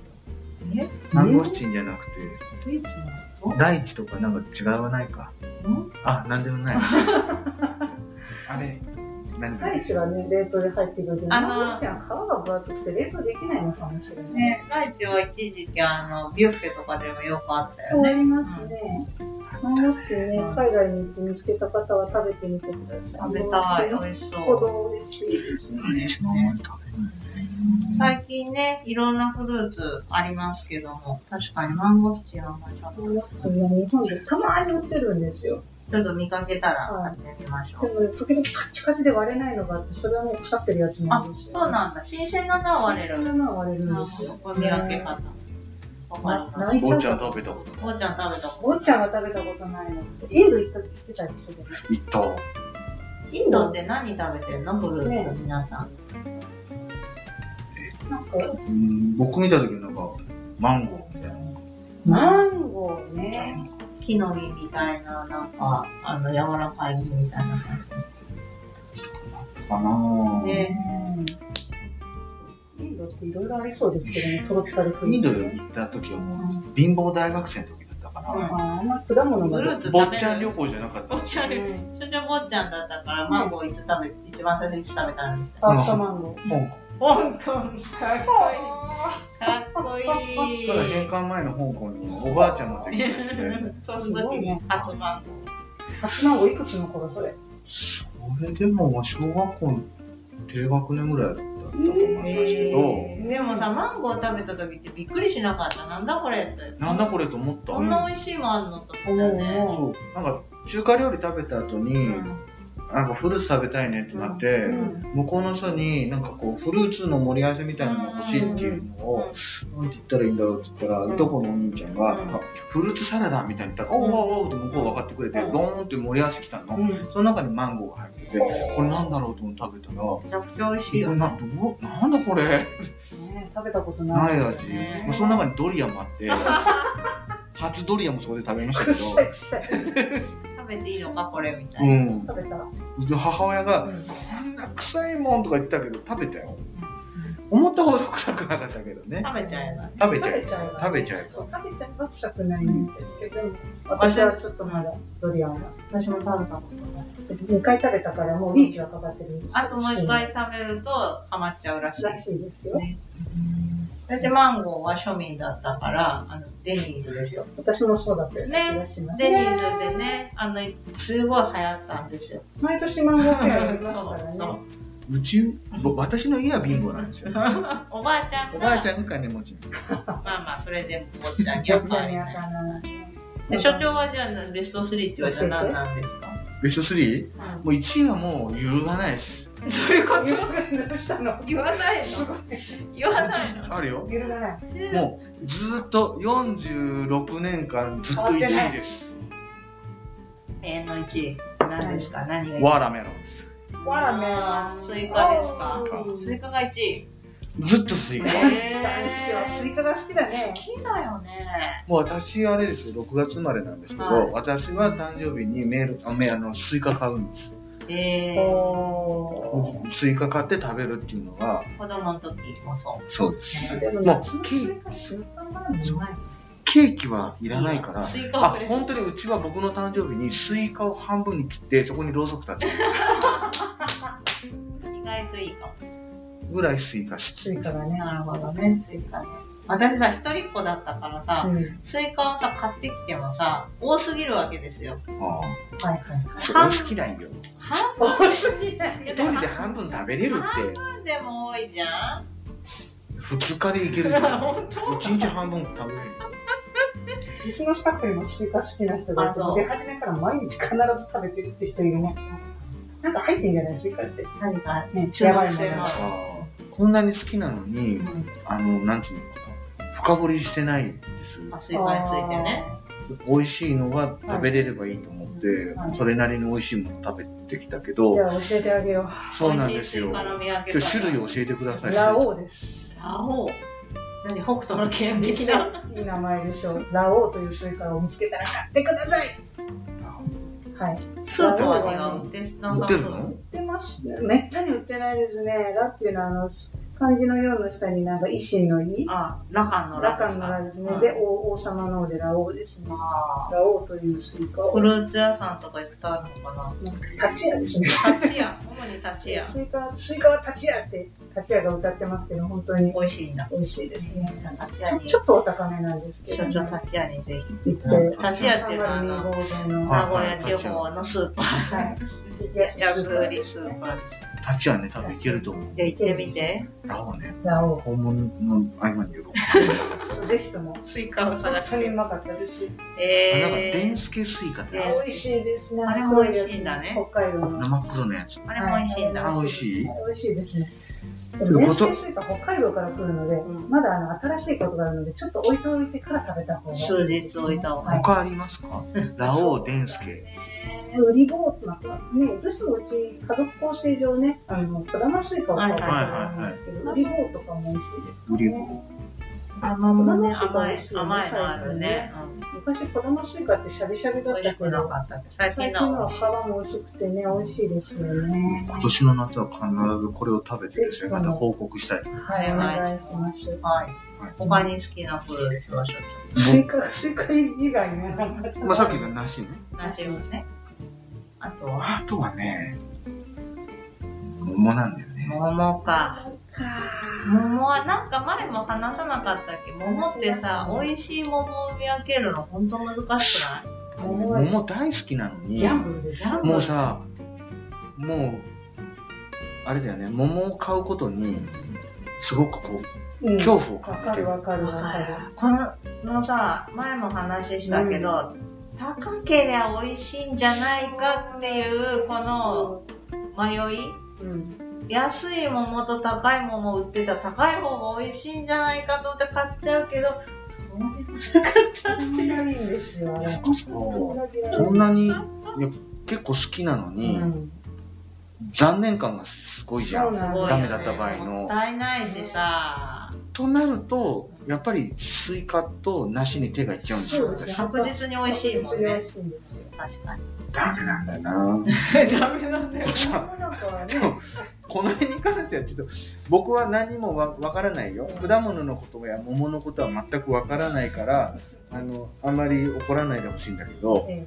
[SPEAKER 2] え
[SPEAKER 1] たマンゴスチンじゃなくて
[SPEAKER 2] スイーツなの
[SPEAKER 1] ライチとかなんか違わないか
[SPEAKER 2] ん
[SPEAKER 1] あなんでもない [laughs] あれ何
[SPEAKER 3] ライチがね、冷凍で入ってくるけど、
[SPEAKER 2] あのー
[SPEAKER 3] マンゴスチンは皮が分厚くて冷凍できないのかもしれない。
[SPEAKER 2] ね、ライチは一時期あの、ビュッフェとかでもよくあったよ
[SPEAKER 3] あ
[SPEAKER 2] ね。
[SPEAKER 3] りますね。マンゴスチンね、海外に行って見つけた方は食べてみてください。
[SPEAKER 2] 食べたい、
[SPEAKER 3] よっ
[SPEAKER 2] 美味し
[SPEAKER 3] ぽ
[SPEAKER 2] そう。
[SPEAKER 3] ど美味しいですね。
[SPEAKER 1] ライチの思い食べる
[SPEAKER 2] 最近ね、いろんなフルーツありますけども、確かにマンゴスチンはあんまり食べ
[SPEAKER 3] マンゴスチンね日本でたまに売ってるんですよ。
[SPEAKER 2] ちょっと見かけたら買ってみましょ
[SPEAKER 3] で
[SPEAKER 2] う。
[SPEAKER 3] もね、時々カッチカチで割れないのがあって、それはもう腐ってるやつな
[SPEAKER 2] あ
[SPEAKER 3] ん、ですよ。
[SPEAKER 2] そうなんだ。新鮮なのは割れ
[SPEAKER 3] そん
[SPEAKER 2] る。
[SPEAKER 3] なのは割れるんですよ。
[SPEAKER 2] お見分け方。わ
[SPEAKER 3] な
[SPEAKER 2] かりまし
[SPEAKER 3] 泣いちゃ
[SPEAKER 1] お
[SPEAKER 3] う。
[SPEAKER 1] 茶食べたこと
[SPEAKER 2] た。おーちゃん食べたこ
[SPEAKER 3] 坊ちゃんは食べたことないの。インド行った行ってたりするよね。
[SPEAKER 1] 行った
[SPEAKER 2] とインドって何食べてんのフルーツ、皆さん。
[SPEAKER 3] なんか
[SPEAKER 1] うん僕見た時なんかマンゴーみたいな
[SPEAKER 3] マンゴーね。
[SPEAKER 2] 木の実みたいな、なんか、あの、柔らかい実みたいな感
[SPEAKER 1] かな
[SPEAKER 2] じで。
[SPEAKER 3] うんインドっていろいろありそうですけどね、トロピカルフル
[SPEAKER 1] インド
[SPEAKER 3] ー
[SPEAKER 1] に
[SPEAKER 3] ツ。
[SPEAKER 1] 行った時はもう貧乏大学生の時だったから、
[SPEAKER 3] ああ、あんま果物
[SPEAKER 2] フル
[SPEAKER 3] が
[SPEAKER 2] ーツ食べる。
[SPEAKER 1] 坊ちゃん旅行じゃなかった
[SPEAKER 2] 坊ちゃん旅行。それで坊ちゃんだったから、マンゴーいつ食べ、一番最初に食べたんです
[SPEAKER 3] ファーストマンゴー。
[SPEAKER 1] 香
[SPEAKER 2] 香港、かっこいい。かっこい
[SPEAKER 1] 港
[SPEAKER 2] い。
[SPEAKER 1] ただ返還前の香港におばあちゃんの時 [laughs] に来て
[SPEAKER 2] そうするときに初マンゴ
[SPEAKER 3] 初マンゴーいくつの頃それ。
[SPEAKER 1] それでも小学校の低学年ぐらいだったと思いますけど、
[SPEAKER 2] ー。でもさ、マンゴー食べたときってびっくりしなかった。なんだこれって。
[SPEAKER 1] なんだこれと思った、
[SPEAKER 2] こんな美味しいもんあんのと思ったね。
[SPEAKER 1] そうなんか中華料理食べた後に、なんかフルーツ食べたいねってなって、
[SPEAKER 3] うん
[SPEAKER 1] 向こうの人になんかこうフルーツの盛り合わせみたいなのが欲しいっていうのを、なんて言ったらいいんだろうって言ったら、
[SPEAKER 2] うん
[SPEAKER 1] いとこのお兄ちゃんが、
[SPEAKER 2] うん
[SPEAKER 1] あフルーツサラダみたいに言ったら、おうおうおうって向こう分かってくれて、
[SPEAKER 3] うん
[SPEAKER 1] ドーンって盛り合わせきたの。
[SPEAKER 3] うん
[SPEAKER 1] その中にマンゴーが入ってて、これなんだろうと思って食べたら、こ
[SPEAKER 2] めちゃくちゃ美味しい
[SPEAKER 1] れ
[SPEAKER 2] よ。
[SPEAKER 1] などうなんだこれ
[SPEAKER 3] ね食べたことない。
[SPEAKER 1] ない味。
[SPEAKER 2] ね
[SPEAKER 1] まあその中にドリアもあって、初ドリアもそこで食べました
[SPEAKER 3] く
[SPEAKER 1] け
[SPEAKER 3] っさい
[SPEAKER 1] ど、
[SPEAKER 3] くっさい。
[SPEAKER 2] 食べていいのかこれみた
[SPEAKER 1] う
[SPEAKER 2] いな。
[SPEAKER 1] ん。
[SPEAKER 3] 食べた。
[SPEAKER 1] で母親が、こんな臭いもんとか言ったけど、食べたよ。思ったほど臭くなかったけどね。
[SPEAKER 2] 食べちゃえばね。
[SPEAKER 1] 食べ
[SPEAKER 3] 食
[SPEAKER 1] ちゃ
[SPEAKER 3] べ
[SPEAKER 1] え
[SPEAKER 3] ち
[SPEAKER 1] 食べちゃ
[SPEAKER 3] ゃえば。
[SPEAKER 1] えば
[SPEAKER 3] そう、食べちゃえば臭くないんですけど、私はちょっとまだドリアンは。
[SPEAKER 2] 私も食べたことない。
[SPEAKER 3] 2回食べたからもうリーチがかかってるんです
[SPEAKER 2] あともう一回食べるとハマっちゃうらしい。
[SPEAKER 3] らしいですよ。
[SPEAKER 2] 私マンゴーは庶民だったから、あのデニーズですよ。
[SPEAKER 3] 私もそうだったような気がします。
[SPEAKER 2] デニーズでね、あの、すごい流行ったんですよ。
[SPEAKER 3] 毎年マンゴーフェアやりますか
[SPEAKER 2] そ
[SPEAKER 3] ら
[SPEAKER 2] う
[SPEAKER 3] ね。
[SPEAKER 2] そう。
[SPEAKER 1] うち、ぼ私の家は貧乏なんですよ。
[SPEAKER 2] おばあちゃん
[SPEAKER 1] お
[SPEAKER 2] が、
[SPEAKER 1] ばあちゃんが金持ち。
[SPEAKER 2] まあまあ、それでも坊ちゃんには変わりない。で所長はじゃあベスト3って言われたら何なんですか
[SPEAKER 1] ベスト 3?
[SPEAKER 2] [laughs] うん
[SPEAKER 1] もう1位はもう揺るがないです。
[SPEAKER 2] そういうこと
[SPEAKER 3] どうしたの
[SPEAKER 2] 言わないの言わないの
[SPEAKER 1] あるよ。
[SPEAKER 3] 揺るがない。
[SPEAKER 1] [laughs] もうずーっと46年間ずっと1位です。
[SPEAKER 2] 永遠の1位。何ですか何が
[SPEAKER 1] ワーラメロンです。
[SPEAKER 3] わらめは
[SPEAKER 2] スイカですかス
[SPEAKER 3] ス
[SPEAKER 2] イ
[SPEAKER 3] イ
[SPEAKER 2] カが1位。
[SPEAKER 1] ずっとスイカ。
[SPEAKER 2] ね
[SPEAKER 3] カ。男子はスイカが好きだね。
[SPEAKER 2] 好きだよね。
[SPEAKER 1] もう私あれですよ、6月生まれなんですけど、
[SPEAKER 2] はい
[SPEAKER 1] 私は誕生日にメール、あメあのスイカ買うんです。
[SPEAKER 2] えー、
[SPEAKER 3] おー。
[SPEAKER 1] スイカ買って食べるっていうのが、
[SPEAKER 2] 子供の時もそう。
[SPEAKER 1] そうです。
[SPEAKER 3] でも
[SPEAKER 1] も
[SPEAKER 3] 夏
[SPEAKER 1] う
[SPEAKER 3] の
[SPEAKER 1] ケ
[SPEAKER 3] スイ
[SPEAKER 1] ー
[SPEAKER 3] カスイカなのにない。
[SPEAKER 1] ケーキはいらないから、
[SPEAKER 2] スイカ
[SPEAKER 1] あ
[SPEAKER 2] をくれ、
[SPEAKER 1] 本当にうちは僕の誕生日にスイカを半分に切って、そこにろうそく立てる
[SPEAKER 2] 意外といいかも。
[SPEAKER 1] ぐらいスイカ好き。
[SPEAKER 3] スイカがね。
[SPEAKER 2] なるほどね、スイカね。私さ、一人っ子だったからさ、
[SPEAKER 3] うん。はい
[SPEAKER 2] スイカをさ、買ってきてもさ、多すぎるわけですよ。
[SPEAKER 1] あ
[SPEAKER 3] はいはい。
[SPEAKER 1] あそれ好きなんよ。
[SPEAKER 2] 半
[SPEAKER 3] おーすぎない。
[SPEAKER 1] 一人で半分食べれるって。
[SPEAKER 2] 分でも多いじゃん
[SPEAKER 1] 2日でいけるよ。
[SPEAKER 2] 本
[SPEAKER 1] 1日半分食べれる。
[SPEAKER 3] うちのスタッフにもスイカ好きな人がい
[SPEAKER 2] あ
[SPEAKER 3] て、
[SPEAKER 2] そう
[SPEAKER 3] 出始めから毎日必ず食べてるって人いるね。なんか入ってんじゃないスイカって。
[SPEAKER 2] 何か
[SPEAKER 3] ね
[SPEAKER 2] 中毒性
[SPEAKER 3] や
[SPEAKER 2] のあ
[SPEAKER 3] ば
[SPEAKER 1] ああこんなに好きなの
[SPEAKER 2] る
[SPEAKER 1] に、
[SPEAKER 2] うん
[SPEAKER 1] あの、なんていうのかな。深掘りしてないです。
[SPEAKER 2] あスイカについてね。
[SPEAKER 1] 美味しいのが食べれればいいと思って、
[SPEAKER 3] はい
[SPEAKER 1] それなりに美味しいもの食べてきたけ
[SPEAKER 3] あー。じ
[SPEAKER 1] ど、
[SPEAKER 3] ゃあ教えてあげよ
[SPEAKER 1] そうなんですよ。
[SPEAKER 2] 美味しいスイカの見分け方
[SPEAKER 1] 今日種類を教えてくださ
[SPEAKER 3] う。
[SPEAKER 1] い。
[SPEAKER 3] ラオウです。
[SPEAKER 2] ラオウ。何、北斗の剣
[SPEAKER 3] い
[SPEAKER 2] 的な。
[SPEAKER 3] い名前でしょう。ラオウというスイカを見つけたら買ってください。はい。
[SPEAKER 2] スーパーには売ってな
[SPEAKER 1] 売
[SPEAKER 2] さ
[SPEAKER 1] って
[SPEAKER 2] そう
[SPEAKER 1] るの
[SPEAKER 3] 売ってますね。めったに売ってないですね。ラっていうのは、あの、漢字のようの下になんか維新の意。
[SPEAKER 2] あ、ラカンのラ
[SPEAKER 3] ラカンのラですね。
[SPEAKER 2] うん
[SPEAKER 3] で、王王様の王でラオウですね。
[SPEAKER 2] あ
[SPEAKER 3] ラオウというスイカ
[SPEAKER 2] ーフ
[SPEAKER 3] を。
[SPEAKER 2] ルーツ屋さんとか行ったのかな
[SPEAKER 3] 立ち屋ですね。
[SPEAKER 2] 立ち屋、主に立ち屋。
[SPEAKER 3] スイカ、スイカは立ち屋って、立ち屋が歌ってますけど、本当に
[SPEAKER 2] 美味しいんだ。
[SPEAKER 3] 美味しいですね。
[SPEAKER 2] 立ち
[SPEAKER 3] ち
[SPEAKER 2] 屋
[SPEAKER 3] ょ
[SPEAKER 2] に、
[SPEAKER 3] ちょっとお高めなんですけど、
[SPEAKER 2] 所長立ち屋にぜひ。
[SPEAKER 3] 行って、
[SPEAKER 2] 立ち屋っていうのはあの
[SPEAKER 3] 302号の
[SPEAKER 2] 名古屋地方のスーパー、
[SPEAKER 3] はい、
[SPEAKER 2] 安売りスーパーです。
[SPEAKER 1] 立ちはね、多分いけると思う。
[SPEAKER 2] じゃあ行ってみて。
[SPEAKER 1] ラオウね、
[SPEAKER 3] ラオ
[SPEAKER 1] 本物の合間に喜ぶ。
[SPEAKER 3] ウ。ぜひとも。
[SPEAKER 2] スイカを探し
[SPEAKER 3] 本当にう
[SPEAKER 2] て。
[SPEAKER 3] まかったですし、
[SPEAKER 1] あなんか、デ
[SPEAKER 2] え
[SPEAKER 1] ンスケスイカって
[SPEAKER 2] え
[SPEAKER 1] あ
[SPEAKER 2] ー
[SPEAKER 1] る
[SPEAKER 3] 美味しいですね。
[SPEAKER 2] あれも美味しいんだね
[SPEAKER 3] 北海道の。
[SPEAKER 1] 生黒のやつ。
[SPEAKER 2] ー、あれも美味しいんだ。
[SPEAKER 1] あ美味しい
[SPEAKER 3] 美味しいですね。で
[SPEAKER 1] と
[SPEAKER 3] も
[SPEAKER 1] いう
[SPEAKER 3] 年
[SPEAKER 1] こと
[SPEAKER 3] 生スイカ北海道から来るので、
[SPEAKER 2] ん
[SPEAKER 3] まだあの新しいことがあるので、ちょっと置いておいてから食べた方がいい。
[SPEAKER 2] 数日置いた方がいい
[SPEAKER 3] は
[SPEAKER 1] 他ありますかラオウ、デンスケ。
[SPEAKER 2] ね
[SPEAKER 3] ね、売り棒、まあ、ね、どうしてもうち家族構成上ね、あの、果物スイカは買うと思うんですけど、売り棒とかも美味しいです、ね。
[SPEAKER 1] 売り棒。
[SPEAKER 2] 甘もね、甘い、甘いのあるね。
[SPEAKER 3] 昔、子供スイカってシャリシャリだったけ
[SPEAKER 2] な
[SPEAKER 3] ど、
[SPEAKER 2] かった最
[SPEAKER 3] 最
[SPEAKER 2] 近
[SPEAKER 3] 近の
[SPEAKER 2] の
[SPEAKER 3] は皮も薄くてね、美味しいですよね。
[SPEAKER 1] 今年の夏は必ずこれを食べてですね、また報告したい。
[SPEAKER 3] はい、お願いします。
[SPEAKER 2] はい。他に好きなフルーツはちょっ
[SPEAKER 3] スイカ、スイカ以外ね、なんかちょっと
[SPEAKER 1] まあ、さっきの梨ね。
[SPEAKER 2] と、梨をね。あとは、
[SPEAKER 1] あとはね、桃なんだよね。
[SPEAKER 2] 桃か。
[SPEAKER 3] か
[SPEAKER 2] 桃はなんか前も話さなかったっけ桃ってさ、美味しい桃を見分けるのほんと難しくない
[SPEAKER 3] 桃は
[SPEAKER 1] 桃大好きなのに
[SPEAKER 3] ギ、ャンブルです。
[SPEAKER 1] もうさ、もう、あれだよね、桃を買うことに、すごくこう、
[SPEAKER 3] うん
[SPEAKER 1] 恐怖を
[SPEAKER 3] わ
[SPEAKER 1] 感じ
[SPEAKER 3] か
[SPEAKER 1] て
[SPEAKER 3] る
[SPEAKER 1] る。
[SPEAKER 3] わかるわかる。
[SPEAKER 2] こののさ、前も話したけど、高けりゃ美味しいんじゃないかっていう、この迷い
[SPEAKER 3] うん、
[SPEAKER 2] 安い桃と高い桃売ってたら高い方が美味しいんじゃないかと思って買っちゃうけど、そうでもなかったって
[SPEAKER 3] そん
[SPEAKER 2] いう。
[SPEAKER 3] ないいんですよ、あれ。
[SPEAKER 1] そうそんなに、いや結構好きなのに、
[SPEAKER 3] うん
[SPEAKER 1] 残念感がすごいじゃ。
[SPEAKER 3] そうんなん
[SPEAKER 2] すごいよね
[SPEAKER 1] ダメだった場合の
[SPEAKER 2] もったいないしさ、
[SPEAKER 1] となると、やっぱりスイカと梨に手がいっちゃうんです
[SPEAKER 3] そ
[SPEAKER 1] よ
[SPEAKER 3] うで。すね
[SPEAKER 2] 確実に美味しいもん
[SPEAKER 3] 美
[SPEAKER 2] ね。
[SPEAKER 3] 味しいんですよ。
[SPEAKER 2] 確かに。
[SPEAKER 1] ダメなんだよな。
[SPEAKER 2] ダメなんだよ。
[SPEAKER 1] さ
[SPEAKER 3] なんか
[SPEAKER 1] で
[SPEAKER 3] ね
[SPEAKER 1] も、この辺に関してはちょっと、僕は何もわわからないよ。果物のことや桃のことは全くわからないから、あの、あんまり怒らないでほしいんだけど、
[SPEAKER 3] え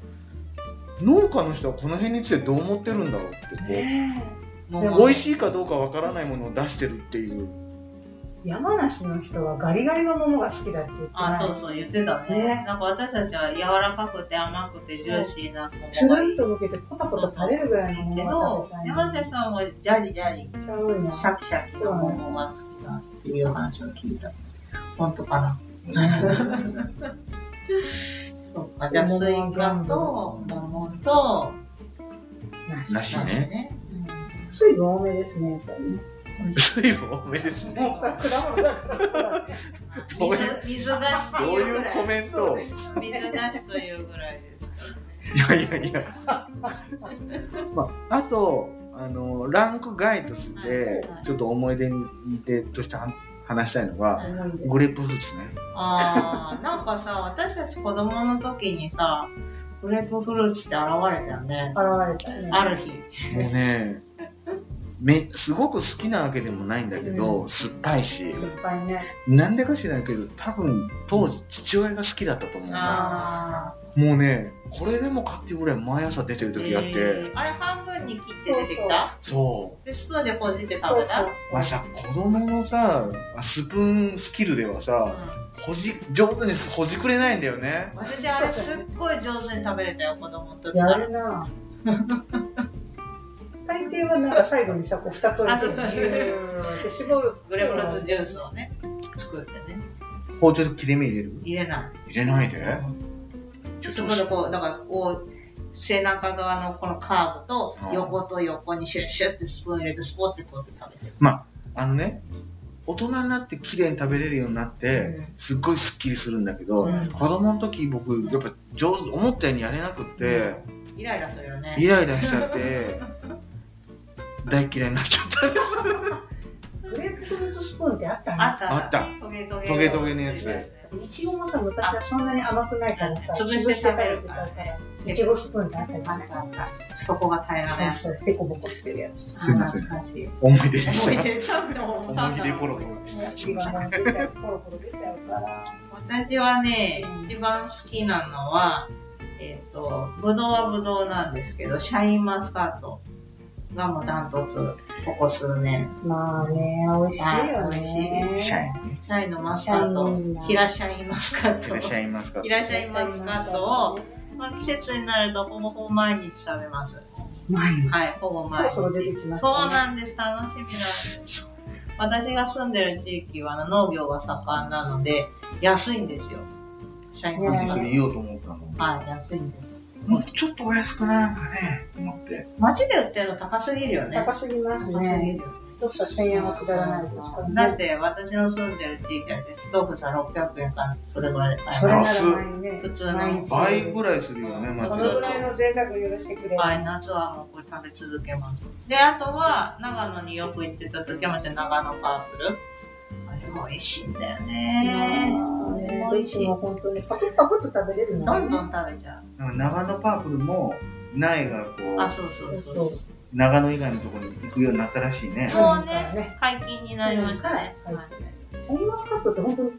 [SPEAKER 1] 農家の人はこの辺についてどう思ってるんだろうって
[SPEAKER 3] え
[SPEAKER 1] ね。
[SPEAKER 3] ね
[SPEAKER 1] 美
[SPEAKER 2] もう
[SPEAKER 1] 味しいかどうかわからないものを出してるっていう。 [laughs]
[SPEAKER 3] え山梨の人はガリガリの桃が好きだって言って
[SPEAKER 2] あ、そう
[SPEAKER 3] そ
[SPEAKER 2] そう、言ってたね。
[SPEAKER 3] ね
[SPEAKER 2] なんか私たちは柔らかくて甘くてジューシーな桃
[SPEAKER 3] つ
[SPEAKER 2] がい
[SPEAKER 3] る
[SPEAKER 2] い
[SPEAKER 3] んと抜けてポタポタ垂れるぐらいの
[SPEAKER 2] け
[SPEAKER 3] 桃
[SPEAKER 2] ど
[SPEAKER 3] が食べた、い
[SPEAKER 2] 山
[SPEAKER 3] な。
[SPEAKER 2] 瀬さんはジャリジャリ、
[SPEAKER 3] ちゃうい
[SPEAKER 2] シャキシャキの桃が好きだっていう話を聞いた。本当か [laughs] なそうか、じゃあスイカと桃と
[SPEAKER 1] 梨
[SPEAKER 2] なんか
[SPEAKER 1] ね。
[SPEAKER 2] ね。
[SPEAKER 3] 水分多めですね、やっぱりね。
[SPEAKER 1] 水分多めですね。
[SPEAKER 3] もうさ果物だから。
[SPEAKER 1] どういう
[SPEAKER 2] 水水菓子って
[SPEAKER 1] どう
[SPEAKER 2] いうぐ
[SPEAKER 1] い
[SPEAKER 2] ら
[SPEAKER 1] う
[SPEAKER 2] い。
[SPEAKER 1] コメントを。
[SPEAKER 2] 水菓子というぐらいです。
[SPEAKER 1] いやいやいや。まあ、あと、あの、ランク外として、ちょっと思い出でとしては話したいのが、
[SPEAKER 3] 重いで
[SPEAKER 1] グレープフルーツね。
[SPEAKER 2] あー、なんかさ、私たち子供の時にさ、グレープフルーツって現れたよね。
[SPEAKER 3] 現れたね。
[SPEAKER 2] ある日。
[SPEAKER 1] もうね、め、すごく好きなわけでもないんだけど、酸っぱいし、
[SPEAKER 3] 酸っぱいね。
[SPEAKER 1] なんでか知らないけど、多分当時父親が好きだったと思うな。
[SPEAKER 2] あ
[SPEAKER 1] もうね、これでもかっていうぐらい毎朝出てる
[SPEAKER 2] ー。
[SPEAKER 1] 時があって、
[SPEAKER 2] えーあれ半分に切って出てきた
[SPEAKER 1] そ
[SPEAKER 2] で、スプーンでこじって
[SPEAKER 3] そ
[SPEAKER 2] 食
[SPEAKER 3] う
[SPEAKER 2] べ
[SPEAKER 3] そ
[SPEAKER 2] た
[SPEAKER 3] う
[SPEAKER 2] う
[SPEAKER 1] う。まあさ、子供のさ、スプーンスキルではさ、
[SPEAKER 2] ん
[SPEAKER 1] ほじ、上手にほじくれないんだよね。
[SPEAKER 2] 私あれすっごい上手に食べれたよ、子供の時か
[SPEAKER 3] や
[SPEAKER 2] ら。
[SPEAKER 3] るなぁ大抵はなんか最後にさ、こう二通り
[SPEAKER 2] あそうそう
[SPEAKER 3] ジューって絞る。
[SPEAKER 2] グレフルーツジュースをね、作ってね。
[SPEAKER 1] 包丁で切れ目入れる
[SPEAKER 2] 入れない。
[SPEAKER 1] 入れないで。ちょっ
[SPEAKER 2] そ
[SPEAKER 1] と
[SPEAKER 2] こでこう、だからこう、背中側のこのカーブと
[SPEAKER 1] うん
[SPEAKER 2] 横と横にシュッシュッってスプーン入れてスポッて取って食べてる。
[SPEAKER 1] あのね、大人になって綺麗に食べれるようになって、
[SPEAKER 2] うん
[SPEAKER 1] すっごいスッキリするんだけど、
[SPEAKER 2] うん
[SPEAKER 1] 子供の時僕、やっぱ上手、思ったようにやれなくって、
[SPEAKER 2] イライラするよね。
[SPEAKER 1] イライラしちゃって、大嫌いになっちゃった。
[SPEAKER 3] グレープフルーツスプーンってあった
[SPEAKER 2] あ
[SPEAKER 3] の
[SPEAKER 2] った
[SPEAKER 1] あった。
[SPEAKER 2] トゲトゲ。
[SPEAKER 1] トゲトゲのやつ
[SPEAKER 3] いちごもさ、昔はそんなに甘くないからさ、
[SPEAKER 2] 潰して食べるから
[SPEAKER 3] 潰して食べてたからいちごスプーンってあったじゃ
[SPEAKER 2] あ
[SPEAKER 3] ん。
[SPEAKER 2] ったあった。そこが平らなやつ。
[SPEAKER 3] そうそう、ペコボコしてるやつ。
[SPEAKER 1] すいません
[SPEAKER 2] あー懐かしい。
[SPEAKER 1] 思い出でし
[SPEAKER 2] 思い
[SPEAKER 1] た。
[SPEAKER 2] 出ちゃうと思った
[SPEAKER 1] 思い出コロコロ。
[SPEAKER 3] 一番もう出ちゃう、コロコロ出ちゃうから。
[SPEAKER 2] 私はね
[SPEAKER 3] う、ん
[SPEAKER 2] 一番好きなのは、えっ、と、ぶどうはぶどうなんですけど、シャインマスカートがもうダントツ、ここ数年。
[SPEAKER 3] まあね、美味しいよ
[SPEAKER 2] はい美
[SPEAKER 3] ね。
[SPEAKER 2] 味しい
[SPEAKER 1] シャイン。
[SPEAKER 2] シャイのマスカー
[SPEAKER 3] シャインマ
[SPEAKER 2] ト、
[SPEAKER 3] ス
[SPEAKER 2] 平シャインマスカー
[SPEAKER 1] いらっし
[SPEAKER 2] ト、
[SPEAKER 1] ゃいますか
[SPEAKER 2] 平シャインマスカートを、まあ、季節になるとほぼほぼ毎日食べます。
[SPEAKER 3] 毎日。
[SPEAKER 2] はい、ほぼ毎日。
[SPEAKER 3] そろそろ出てきますね
[SPEAKER 2] そうなんです、楽しみなんです。私が住んでる地域はあの農業が盛んなので、安いんですよ。シャインマスカ
[SPEAKER 1] そ
[SPEAKER 2] ー
[SPEAKER 1] れ言おうと思ったの。
[SPEAKER 2] ト。はい、安いんです。
[SPEAKER 1] もうちょっとお安くならんかね、と思って。
[SPEAKER 2] 街で売ってるの高すぎるよね。
[SPEAKER 3] 高すぎます
[SPEAKER 2] 高すぎ
[SPEAKER 3] ね
[SPEAKER 2] る。。
[SPEAKER 3] 一房1000円はくだらないですからね。
[SPEAKER 2] だって私の住んでる地域だって一房600円かなそれぐらいで買
[SPEAKER 3] そ
[SPEAKER 2] え
[SPEAKER 3] れ
[SPEAKER 2] ま
[SPEAKER 3] な
[SPEAKER 2] す
[SPEAKER 3] ら前にね、
[SPEAKER 2] 普通の
[SPEAKER 3] 毎日
[SPEAKER 1] 倍ぐらいするよね、ま
[SPEAKER 3] そ
[SPEAKER 1] ず。
[SPEAKER 3] のぐらいの贅沢許してくれる。
[SPEAKER 2] はい、夏はもうこれ食べ続けます。で、あとは、長野によく行ってた時は、もちろん長野パープル。あれも美味しいんだよね。
[SPEAKER 3] ねどっちも本当にパクッパクッと食べれる
[SPEAKER 2] ど
[SPEAKER 3] の
[SPEAKER 2] ん
[SPEAKER 3] ね。
[SPEAKER 2] どん食べちゃう。
[SPEAKER 1] 長野パープルも、苗がこ
[SPEAKER 2] あ、
[SPEAKER 1] う、
[SPEAKER 2] そうそうそう。
[SPEAKER 3] そう。
[SPEAKER 1] 長野以外のところに行くようになったらしいね。
[SPEAKER 2] もう
[SPEAKER 3] そうね
[SPEAKER 2] ね、解禁になりましたね。
[SPEAKER 3] うん
[SPEAKER 2] はい
[SPEAKER 3] シャインマスカットって本当に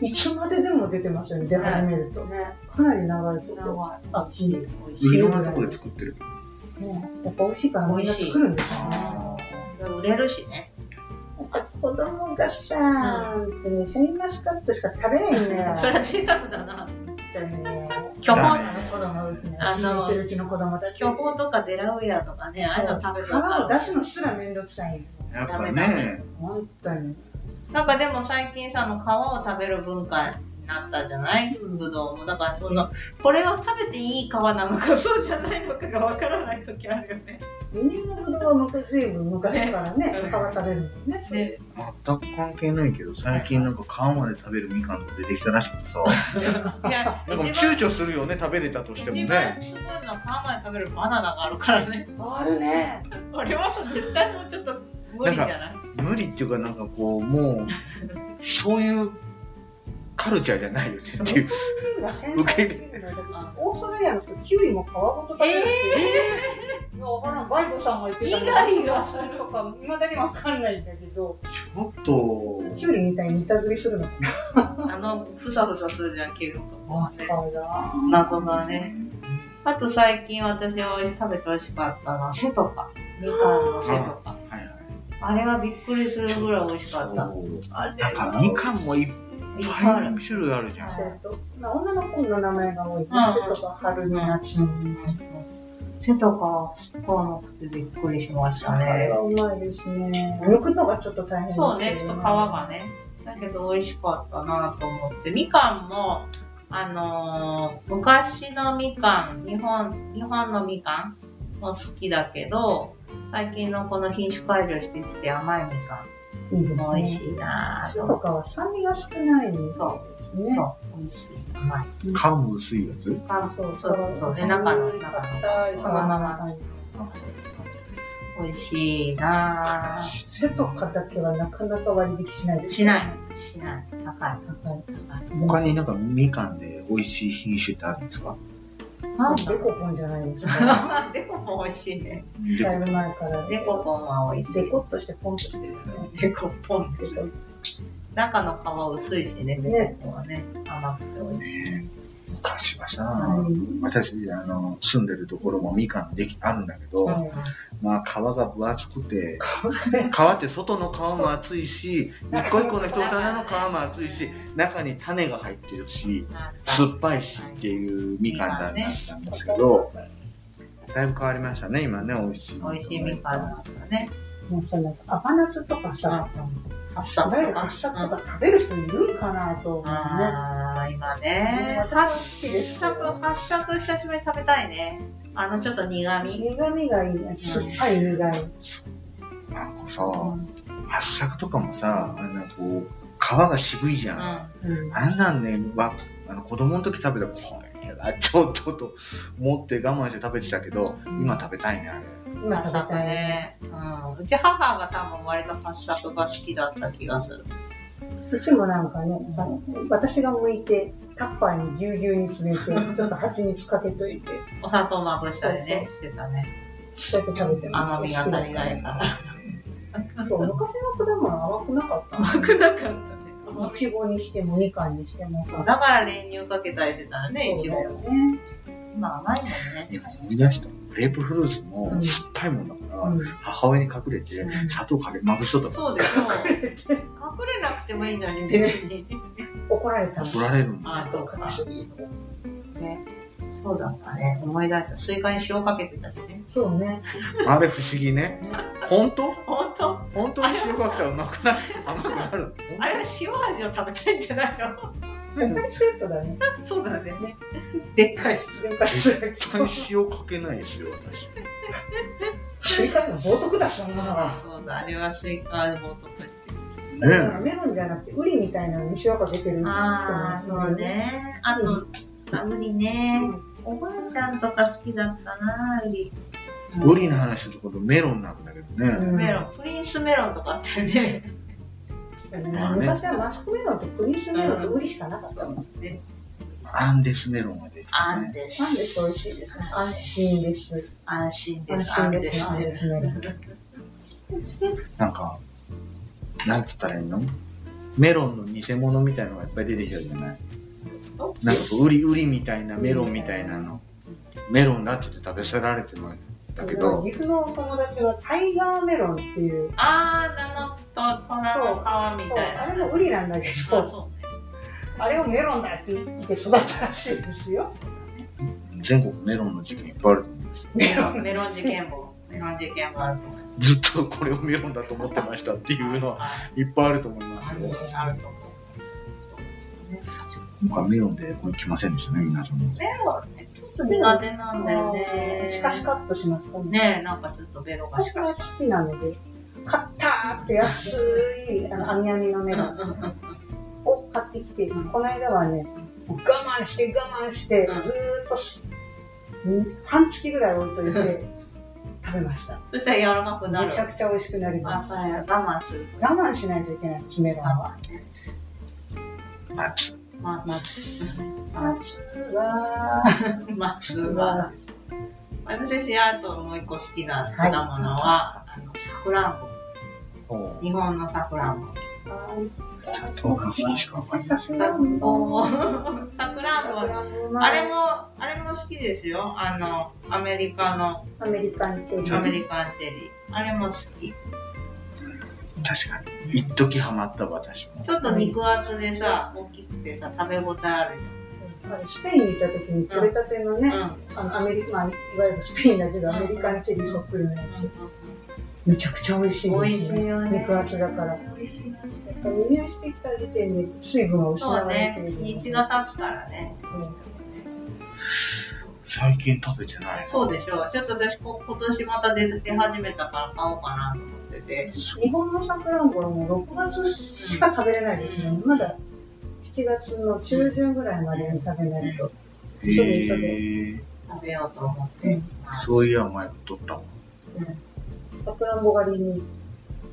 [SPEAKER 3] いつまででも出てますよね、出始めると。
[SPEAKER 2] ね、
[SPEAKER 3] かなり長いこと。
[SPEAKER 2] 長い。
[SPEAKER 3] あ、チー
[SPEAKER 2] 美味しい。
[SPEAKER 1] いろんなところで作ってる。
[SPEAKER 3] ね、やっぱ美味しいからみんな作るんですよね。
[SPEAKER 2] 売れるしね。
[SPEAKER 3] やっぱ子供がさ、ってね、シャインマスカットしか食べないんだよ。
[SPEAKER 2] それは贅沢だな。
[SPEAKER 3] だね。
[SPEAKER 2] 巨峰
[SPEAKER 1] だね
[SPEAKER 3] 子供、ね、
[SPEAKER 2] あの
[SPEAKER 3] 知ってるうちの子供たち。
[SPEAKER 2] 巨峰とかデラウェアとかね、ああいうの食べちゃった
[SPEAKER 3] 皮
[SPEAKER 2] ら
[SPEAKER 3] を出すのすらめんどくさいよ。
[SPEAKER 1] やっぱ
[SPEAKER 2] ダメダメ
[SPEAKER 1] ね、
[SPEAKER 3] 本当に。
[SPEAKER 2] なんかでも最近さ、あの皮を食べる文化になったじゃないぶどうも。だからその、これは食べていい皮なのかそうじゃないのかがわからない時あるよね。
[SPEAKER 3] 輸入のぶどうは昔ずいぶん昔からね、
[SPEAKER 2] ね
[SPEAKER 3] 皮食べるもんね。
[SPEAKER 2] ね
[SPEAKER 1] 全く関係ないけど、最近なんか皮まで食べるみかんとか出てきたらしくてさ、
[SPEAKER 2] いや、
[SPEAKER 1] なんか
[SPEAKER 2] 一
[SPEAKER 1] 躊
[SPEAKER 2] 番、
[SPEAKER 1] 躇するよね、食べれたとしても
[SPEAKER 2] 一
[SPEAKER 1] ね。
[SPEAKER 2] 番すごいのは皮まで食べるバナナがあるからね。
[SPEAKER 3] あるね。
[SPEAKER 2] これは絶対もうちょっと無理じゃない
[SPEAKER 1] 無理っていうか、なんかこう、もう、そういうカルチャーじゃないよねっていう。
[SPEAKER 3] キウイは繊細すぎるのでオーストラリアの人、キウイも皮ごと食べるし。いや、わからん。バイトさんが言ってた
[SPEAKER 2] 意外が
[SPEAKER 3] それとか、いまだにわかんないんだけど、
[SPEAKER 1] ちょっと、
[SPEAKER 3] キュウリみたいに板ずりするのか
[SPEAKER 2] あの、ふさふさするじゃん、切ると。ね、
[SPEAKER 3] な。皮が。
[SPEAKER 2] 謎がね。あと最近私は食べて美味しかったのは、背とか。みかんの背とか。
[SPEAKER 1] はいはい。
[SPEAKER 2] あれはびっくりするぐらい美味しかった。
[SPEAKER 1] そう
[SPEAKER 2] あれ
[SPEAKER 1] なんかみかんもいっ
[SPEAKER 2] いっぱいあ
[SPEAKER 1] ぱ
[SPEAKER 2] る。
[SPEAKER 1] い種類あるじゃん。
[SPEAKER 3] セット。まあ女の子の名前が多い。
[SPEAKER 2] ん
[SPEAKER 3] セットか春に夏に。
[SPEAKER 2] 背とかはすっごい甘くてびっくりしました
[SPEAKER 3] あれ
[SPEAKER 2] ね。
[SPEAKER 3] はうまいですね。剥くのがちょっと大変ですけど
[SPEAKER 2] そうね、ちょっと皮がね。だけど美味しかったなと思って。みかんも、あのー昔のみかん、日本、日本のみかんも好きだけど、最近のこの品種改良してきて甘いみか
[SPEAKER 3] いい
[SPEAKER 2] ん
[SPEAKER 3] で
[SPEAKER 2] も
[SPEAKER 3] す
[SPEAKER 2] 美
[SPEAKER 3] ね。
[SPEAKER 2] 味しいなぁ
[SPEAKER 3] 酢
[SPEAKER 2] と
[SPEAKER 3] と
[SPEAKER 2] 思って。
[SPEAKER 3] かは酸味が少ないですね。
[SPEAKER 2] そう、美味しい。甘い。
[SPEAKER 1] 皮も薄いやつ
[SPEAKER 2] あそうそうそうそう
[SPEAKER 3] 皮が
[SPEAKER 2] ね、中の中の
[SPEAKER 3] 硬い
[SPEAKER 2] そのまま
[SPEAKER 3] はい
[SPEAKER 2] 美味しいなぁ。
[SPEAKER 3] 背とかだけはなかなか割引しないです。
[SPEAKER 2] しない。しない。高い。
[SPEAKER 3] 高い。
[SPEAKER 1] 他になんかみかんで美味しい品種ってあるんですか
[SPEAKER 2] なん
[SPEAKER 3] デ
[SPEAKER 2] だ
[SPEAKER 3] コポンじゃないです [laughs] か。
[SPEAKER 2] デコポン美味しいね。
[SPEAKER 3] だい
[SPEAKER 1] で
[SPEAKER 3] ぶ前から。
[SPEAKER 2] デコポンは美味し
[SPEAKER 3] デ
[SPEAKER 2] い。
[SPEAKER 3] コっとしてポンとしてるんですね。
[SPEAKER 2] デコポンで
[SPEAKER 3] デ
[SPEAKER 2] す。
[SPEAKER 3] コ
[SPEAKER 2] 中の皮薄いしね、デコポンはね。甘くて美味しい。
[SPEAKER 1] 昔は
[SPEAKER 3] は
[SPEAKER 1] さ、
[SPEAKER 3] い
[SPEAKER 1] 私、あの、住んでるところもみかんできあるんだけど、
[SPEAKER 3] はい
[SPEAKER 1] まあ皮が分厚くて、皮って外の皮も厚いし、一個一個の人さの皮も厚いし、中に種が入ってるし、酸っぱいしっていうみかんだったんですけど、だいぶ変わりましたね、今ね、美味しい。
[SPEAKER 2] 美味しいみかんだったね。
[SPEAKER 3] もうさ、なんか、甘夏とか
[SPEAKER 2] うん
[SPEAKER 3] さ、
[SPEAKER 2] あっ
[SPEAKER 3] いわゆる圧
[SPEAKER 2] さ
[SPEAKER 3] 搾とか食べる人いるかなと思うね。
[SPEAKER 2] あー、今ね。
[SPEAKER 3] 私好きです
[SPEAKER 2] 発色、発色久しぶりに食べたいね。あのちょっと苦味。
[SPEAKER 3] 苦味がいいね。酸っぱい苦味。
[SPEAKER 1] なんかさ、発作とかもさ、あれなんかこう、皮が渋いじゃん。
[SPEAKER 2] う
[SPEAKER 3] うん
[SPEAKER 1] あんなんね、わあの子供の時食べたこれはちょっとと思って我慢して食べてたけど、今食べたいね、あれ。
[SPEAKER 2] ん。
[SPEAKER 3] 今
[SPEAKER 2] 発
[SPEAKER 3] 食べ
[SPEAKER 2] 作
[SPEAKER 3] たいね。
[SPEAKER 2] ね。うん。うち母が多分割と発作が好きだった気がする。
[SPEAKER 3] いつもなんかね、あの私が向いて、タッパーにぎゅうぎゅうに詰
[SPEAKER 2] [laughs]
[SPEAKER 3] めて、ちょっと蜂蜜かけといて、
[SPEAKER 2] お砂糖まぶしたりね、してたね。
[SPEAKER 3] そうやって食べてます
[SPEAKER 2] 甘みが足りないから。
[SPEAKER 3] そう、昔の果物は甘くなかっ
[SPEAKER 2] 甘くなかったね。
[SPEAKER 3] た。いちごにしてもみかんにしても
[SPEAKER 2] そう
[SPEAKER 3] さ。
[SPEAKER 2] だから練乳かけたりしてたらね、い
[SPEAKER 3] そ
[SPEAKER 2] ち
[SPEAKER 3] う
[SPEAKER 2] ご
[SPEAKER 3] だ。よね。
[SPEAKER 2] 今甘いもんね。
[SPEAKER 1] 今思い出した。グレープフルーツも
[SPEAKER 3] うん
[SPEAKER 1] 酸っぱいもんだから、
[SPEAKER 3] うん
[SPEAKER 1] 母親に隠れて
[SPEAKER 3] うん
[SPEAKER 1] 砂糖かけまぶしとったか
[SPEAKER 2] そうでしょ。隠れなくてもいいのに、別に。
[SPEAKER 3] 怒られた
[SPEAKER 1] ら怒られるんで
[SPEAKER 2] あ、そうか
[SPEAKER 3] 悲。しい
[SPEAKER 2] ね。そうだったね。思い出した。スイカに塩かけてたしね。
[SPEAKER 3] そうね。
[SPEAKER 1] すあれ不思議ね。本当
[SPEAKER 2] 本当
[SPEAKER 1] 本当に塩かけたらうまくなる。甘くなる。
[SPEAKER 2] あれは塩味を食べたいんじゃないの
[SPEAKER 3] 絶対セットだね。
[SPEAKER 2] そうだね。でっかいし。
[SPEAKER 3] 失礼かしら
[SPEAKER 1] 絶対塩かけないですよ、私。
[SPEAKER 3] スイカでも冒涜だ、そんなのは。
[SPEAKER 2] そうだ、あれはスイカで冒涜してる。
[SPEAKER 3] だからメロンじゃなくて、ウリみたいなのに塩かけてる人
[SPEAKER 2] ああ、そう。ね。あと、あ無理ね。おばあちゃんとか好きだったな、ウリ。
[SPEAKER 1] ゴリの話のところメロンなんだけど
[SPEAKER 3] う
[SPEAKER 1] ね。
[SPEAKER 3] ん
[SPEAKER 2] メロン、プリンスメロンとかあってね。
[SPEAKER 1] まあね
[SPEAKER 3] 昔はマスクメロンとプリンスメロンとウリしかなかったもん。なんで
[SPEAKER 2] ね
[SPEAKER 1] アンデスメロンが出て
[SPEAKER 2] あんです。
[SPEAKER 3] 美味しいですね。安心です。
[SPEAKER 2] 安心で
[SPEAKER 3] 安
[SPEAKER 2] す。安心
[SPEAKER 3] 心で。
[SPEAKER 2] ですす
[SPEAKER 3] 安心で
[SPEAKER 2] ね。
[SPEAKER 3] すね。
[SPEAKER 1] なんか、なんつったらいいのメロンの偽物みたいなのがいっぱい出てきたじゃないなんかこう、売り売りみたいなメロンみたいなの。メロンだって言って食べせられてもだけど、
[SPEAKER 3] 岐阜のお友達はタイガーメロンっていう、
[SPEAKER 2] ああ、生と虎の皮み
[SPEAKER 3] そう
[SPEAKER 2] たいな。
[SPEAKER 3] あれもウリなんだけ
[SPEAKER 2] そ
[SPEAKER 3] ど
[SPEAKER 2] う、そう。
[SPEAKER 3] [laughs] あれをメロンだって言って育ったらしいですよ。
[SPEAKER 1] 全国メロンの時期いっぱいあると思うんですよ。
[SPEAKER 2] メロン、メロン事件簿。メロン事件簿あると思いま
[SPEAKER 1] ずっとこれをメロンだと思ってましたっていうのはいっぱいあると思いますよ。
[SPEAKER 2] す。あると思う。
[SPEAKER 1] なんかメロンでこうきませんでしたね、皆さんも。
[SPEAKER 2] メロンね、ちょっと苦手なんだよね。
[SPEAKER 3] しかしカットしますかね。
[SPEAKER 2] ねえ、なんかちょっとベロがし
[SPEAKER 3] 私
[SPEAKER 2] か
[SPEAKER 3] は
[SPEAKER 2] し。
[SPEAKER 3] 好きなので、買ったーって安い、あの、網網のメロンを買ってきて、この間はね、我慢して我慢して、
[SPEAKER 2] う
[SPEAKER 3] ず
[SPEAKER 2] ん
[SPEAKER 3] ーっとし、ん半月ぐらい置いといて、食べました。
[SPEAKER 2] そしたら柔らかくな
[SPEAKER 3] め
[SPEAKER 2] る
[SPEAKER 3] ち。ゃくちゃ美味しくなりま
[SPEAKER 2] 朝
[SPEAKER 3] す。
[SPEAKER 2] や
[SPEAKER 3] 我
[SPEAKER 2] 我慢するとか。
[SPEAKER 3] 慢しないといけないです、メロンは。
[SPEAKER 1] 夏。
[SPEAKER 2] まあ、まあ、
[SPEAKER 3] 夏は、
[SPEAKER 2] まあ、まあ、私、あともう一個好きな果物は、あの、さくらんぼ。日本のさくらんぼ。
[SPEAKER 1] 砂糖が好きしかわかんない。
[SPEAKER 2] さくらんぼ。さくらんぼ。あれも、あれも好きですよ。あの、アメリカの、
[SPEAKER 3] アメリカンチェリ
[SPEAKER 2] ア
[SPEAKER 3] ー。
[SPEAKER 2] メリカンチェリー。あれも好き。
[SPEAKER 1] 確かに。一時ハマった私も。
[SPEAKER 2] ちょっと肉厚でさ、大きくてさ、食べ応えある
[SPEAKER 3] あのスペインに行った時に取れたてのね、
[SPEAKER 2] じゃん。うん。
[SPEAKER 3] あのアメリカ、まあ、いわゆるスペインだけど、アメリカンチェリーそっくりのやつ。めちゃくちゃ美味しい
[SPEAKER 2] 美
[SPEAKER 3] で
[SPEAKER 2] 味
[SPEAKER 3] す
[SPEAKER 2] し
[SPEAKER 3] ね
[SPEAKER 2] い。よね。
[SPEAKER 3] 肉厚だから。
[SPEAKER 2] 美味しいよね
[SPEAKER 3] やっぱ輸入してきた時点で水分を失
[SPEAKER 2] そう
[SPEAKER 3] われてい
[SPEAKER 2] ね
[SPEAKER 3] る。。
[SPEAKER 2] 日が経つからね。
[SPEAKER 1] 最近食べてない。
[SPEAKER 2] そうでしょ。ちょっと私こ、今年また出出始めたから買おうかなと思ってて。
[SPEAKER 3] 日本のさくらんぼはもう6月しか食べれないですね。まだ7月の中旬ぐらいまでに食べないと。そうですそうで
[SPEAKER 1] へえ。
[SPEAKER 2] 食べようと思って。
[SPEAKER 3] うん
[SPEAKER 1] そういや、前太ったわ。
[SPEAKER 3] さくらんぼ狩りに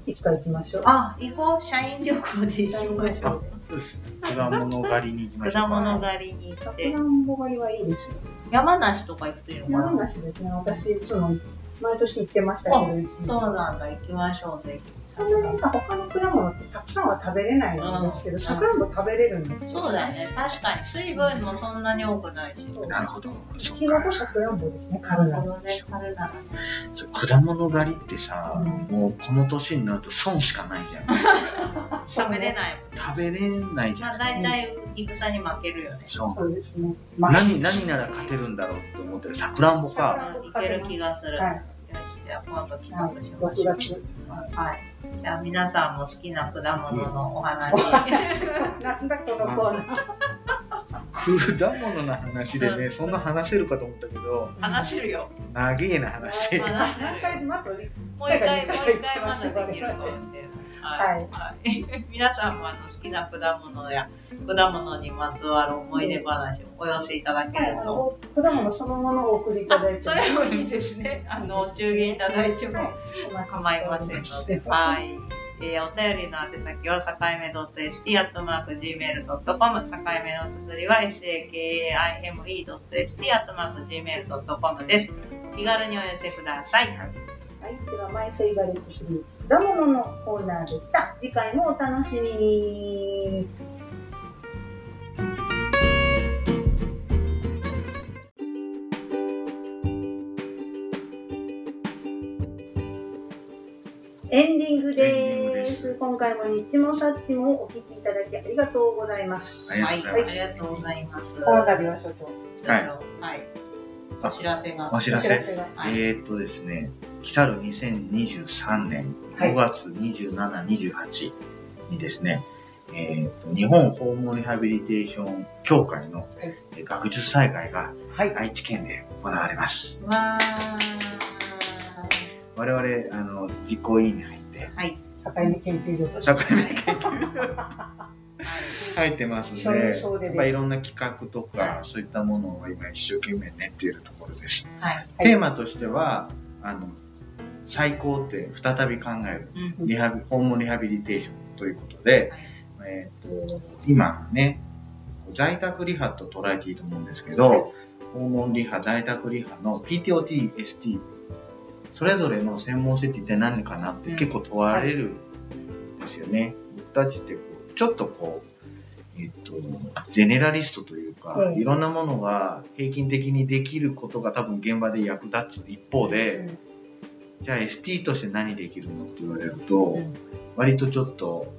[SPEAKER 3] いつか行きましょう。
[SPEAKER 2] あ、行こう。社員旅行で行きましょう。
[SPEAKER 1] そうですね。果物狩りに行きましょう
[SPEAKER 2] 果
[SPEAKER 1] か。
[SPEAKER 2] 物狩りに行
[SPEAKER 3] さ
[SPEAKER 2] っ
[SPEAKER 3] く
[SPEAKER 2] て
[SPEAKER 3] ら。んぼ狩りはいいですよ。
[SPEAKER 2] 山梨とか行くといいのか
[SPEAKER 3] 山
[SPEAKER 2] な。
[SPEAKER 3] 梨ですね。私いつも毎年行ってましたけ
[SPEAKER 2] あ
[SPEAKER 3] ど、いつも
[SPEAKER 2] そうなんだ。行きましょう。ぜひ。
[SPEAKER 3] そんなにさ他の果物ってたくさんは食べれないんですけ
[SPEAKER 2] う
[SPEAKER 3] ど、
[SPEAKER 2] ん
[SPEAKER 3] さくらんぼ食べれるんですよ。
[SPEAKER 2] そうだね。確かに。水分もそんなに多くないし。
[SPEAKER 1] なるほど。
[SPEAKER 3] い
[SPEAKER 1] そ
[SPEAKER 3] ち
[SPEAKER 1] っ
[SPEAKER 3] ご
[SPEAKER 1] か
[SPEAKER 3] とさくらんぼですね、カルナ。
[SPEAKER 2] このね、春ならね。
[SPEAKER 1] そう果物狩りってさ、
[SPEAKER 3] う
[SPEAKER 1] もうこの年になると損しかないじゃん。
[SPEAKER 2] 食べれないもん。
[SPEAKER 1] 食べれないじゃん。
[SPEAKER 2] まあ大体、戦に負けるよね。
[SPEAKER 1] そう。
[SPEAKER 3] そうですね。
[SPEAKER 1] 何、何なら勝てるんだろうって思ってる。さくらんぼか。
[SPEAKER 2] いける気がする。
[SPEAKER 3] はい。
[SPEAKER 2] よし、じゃあ今度企画しましょ
[SPEAKER 3] 6
[SPEAKER 2] う。
[SPEAKER 3] 月。
[SPEAKER 2] はい。じゃあ皆さんも好きな果物のお話。
[SPEAKER 3] なんだこのコーナー。
[SPEAKER 1] 果物の話でね、そんな話せるかと思ったけど、
[SPEAKER 2] 話せるよ。
[SPEAKER 1] 長えな話。
[SPEAKER 2] 話せ
[SPEAKER 3] 何
[SPEAKER 2] るよ。
[SPEAKER 3] 回またね
[SPEAKER 2] もう一回、もう一回まだできるかもしれない。
[SPEAKER 3] はい
[SPEAKER 2] [laughs] はい。皆さんもあの好きな果物や果物にまつわる思い出話をお寄せいただけ
[SPEAKER 3] はい
[SPEAKER 2] る
[SPEAKER 3] あ
[SPEAKER 2] と。
[SPEAKER 3] の果物そのものをお送りいた
[SPEAKER 2] あ
[SPEAKER 3] だい、て
[SPEAKER 2] それもいいですね。あの、お中元いただいても。構いませんので、はい。えーお便りの宛先は、境目 .st.gmail.com、境目の綴りは、sakaime.st.gmail.com です。気軽にお寄せください。
[SPEAKER 3] はい、ではマイフェイバリットシリーズ果物のコーナーでした。次回もお楽しみに。エンディング
[SPEAKER 1] エンディング
[SPEAKER 3] で。
[SPEAKER 1] ですす
[SPEAKER 3] 今回も日もさっちもお聞きいただきありがとうございます。
[SPEAKER 1] ありが
[SPEAKER 2] はい、
[SPEAKER 1] とう
[SPEAKER 2] あ
[SPEAKER 1] ご
[SPEAKER 2] り
[SPEAKER 1] ざ
[SPEAKER 2] が
[SPEAKER 1] い
[SPEAKER 2] とうございます。
[SPEAKER 3] この度は所長、
[SPEAKER 2] はい。はい。お知らせが。
[SPEAKER 1] お知ら
[SPEAKER 3] お知
[SPEAKER 1] せ
[SPEAKER 3] ら。せが。
[SPEAKER 2] はい。
[SPEAKER 1] えー、っとですね、来たる2023年
[SPEAKER 3] はい
[SPEAKER 1] 5月27、28にですね、えーっと日本訪問リハビリテーション協会の、
[SPEAKER 3] い
[SPEAKER 1] えー学術祭会が
[SPEAKER 3] はい。
[SPEAKER 1] 愛知県で行われます。
[SPEAKER 2] わー。
[SPEAKER 1] 我々、あの、実行委員に入って、
[SPEAKER 3] 境目研究所として
[SPEAKER 1] 社会面研究 [laughs] 入ってますん
[SPEAKER 3] 承認
[SPEAKER 1] で、
[SPEAKER 3] 証で
[SPEAKER 1] やっぱいろんな企画とか、そういったものを今一生懸命練っているところです。
[SPEAKER 2] はい。
[SPEAKER 3] はい
[SPEAKER 1] テーマとしては、あの、再校って再び考える、
[SPEAKER 2] うん。
[SPEAKER 1] リハビ訪問リハビリテーションということで、えー、と今ね、在宅リハと捉えていいと思うんですけど、訪問リハ、在宅リハの PTOT、ST、それぞれの専門性って一体何かなって結構問われるんですよね。僕たちってこうちょっとこう、えっ、と、ゼネラリストというか、
[SPEAKER 3] うん
[SPEAKER 1] いろんなものが平均的にできることが多分現場で役立つ一方で、
[SPEAKER 3] うん
[SPEAKER 1] じゃあ ST として何できるのって言われると、
[SPEAKER 3] うん
[SPEAKER 1] 割とちょっと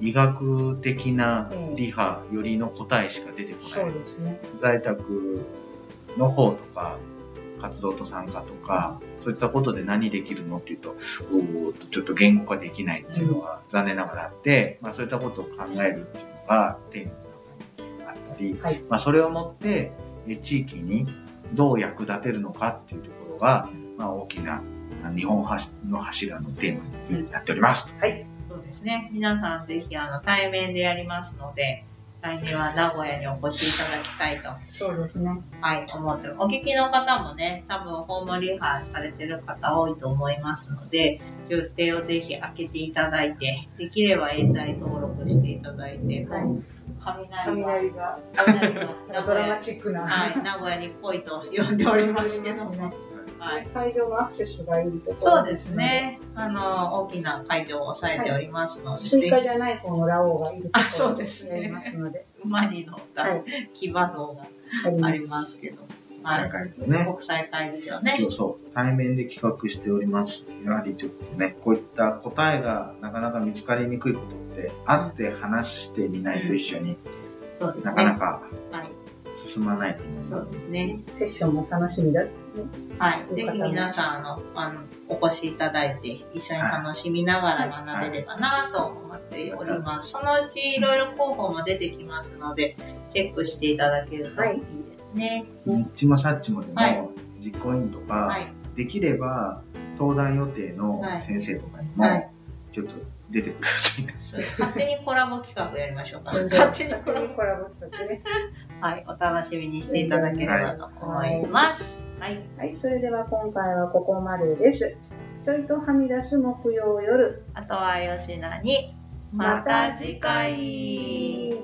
[SPEAKER 1] 医学的な
[SPEAKER 3] うん
[SPEAKER 1] リハよりの答えしか出てこ
[SPEAKER 3] そ
[SPEAKER 1] な
[SPEAKER 3] う
[SPEAKER 1] い。
[SPEAKER 3] ですね。
[SPEAKER 1] 在宅の方とか、活動と参加とか、そういったことで何できるのっていうと、おーっとちょっと言語化できないっていうのは残念ながらあって、まあそういったことを考えるっていうのがテーマの中にあったり、
[SPEAKER 3] はい
[SPEAKER 1] まあそれをもってえ地域にどう役立てるのかっていうところが、まあ大きなまあ日本はしの柱のテーマになっております。
[SPEAKER 2] そうですね。皆さんぜひあの対面でやりますので、来年は名古屋にお越しいただきたいと、
[SPEAKER 3] そうですね。
[SPEAKER 2] はい、思ってお聞きの方もね、多分ホームリハされてる方多いと思いますので、予定をぜひ開けていただいて、できれば延滞登録していただいて、
[SPEAKER 3] はい。
[SPEAKER 2] 雷が、
[SPEAKER 3] 雷が
[SPEAKER 2] 雷の名
[SPEAKER 3] ド
[SPEAKER 2] 古
[SPEAKER 3] ラマ
[SPEAKER 2] 屋、
[SPEAKER 3] チックな。
[SPEAKER 2] はい、名古屋に来いと呼んでおりますけども、はい。
[SPEAKER 3] 会場のアクセスがいいところ。
[SPEAKER 2] そうです。ね。あの、大きな会場を抑えておりますので、
[SPEAKER 3] スイカじ
[SPEAKER 2] ぜ
[SPEAKER 3] ゃない方のラオウがいるところ
[SPEAKER 2] あそうですね
[SPEAKER 3] ありますので。
[SPEAKER 2] ひ馬に乗った
[SPEAKER 3] はい
[SPEAKER 2] 騎馬像が
[SPEAKER 3] あり
[SPEAKER 2] あ
[SPEAKER 3] ま
[SPEAKER 2] り
[SPEAKER 3] す。
[SPEAKER 2] ますけど、は
[SPEAKER 1] 社
[SPEAKER 2] い、
[SPEAKER 1] 会のね、
[SPEAKER 2] 国際会議をね、
[SPEAKER 1] 今日そう、対面で企画しております。やはりちょっとね、こういった答えがなかなか見つかりにくいことって、会って話してみないと一緒に
[SPEAKER 2] そうです
[SPEAKER 1] なかな
[SPEAKER 2] ね。
[SPEAKER 1] か
[SPEAKER 2] はい、
[SPEAKER 1] 進まないと思います。
[SPEAKER 2] そうですね。
[SPEAKER 3] セッションも楽しみだ。
[SPEAKER 2] はい、ぜひ皆さんあのあのお越しいただいて一緒に楽しみながら学べればなと思っております。そのうちいろいろ候補も出てきますので、チェックしていただけるといいですね。
[SPEAKER 1] にっちもさっちもでも、
[SPEAKER 2] はい
[SPEAKER 1] 実行委員とか、
[SPEAKER 2] はい、
[SPEAKER 1] できれば登壇予定の先生とかにも、
[SPEAKER 2] はい
[SPEAKER 1] ちょっと出てくれるといいです。
[SPEAKER 2] そう勝手にコラボ企画やりましょうか。
[SPEAKER 3] 勝
[SPEAKER 2] 勝手
[SPEAKER 3] 手
[SPEAKER 2] に
[SPEAKER 3] に
[SPEAKER 2] コ
[SPEAKER 3] コ
[SPEAKER 2] ラボ
[SPEAKER 3] ラボコラボ企画ね。
[SPEAKER 2] はい、お楽しみにしていただければと思います。はい、
[SPEAKER 3] はい、それでは今回はここまでです。ちょいとはみ出す木曜夜。
[SPEAKER 2] あとは吉田に、また次回。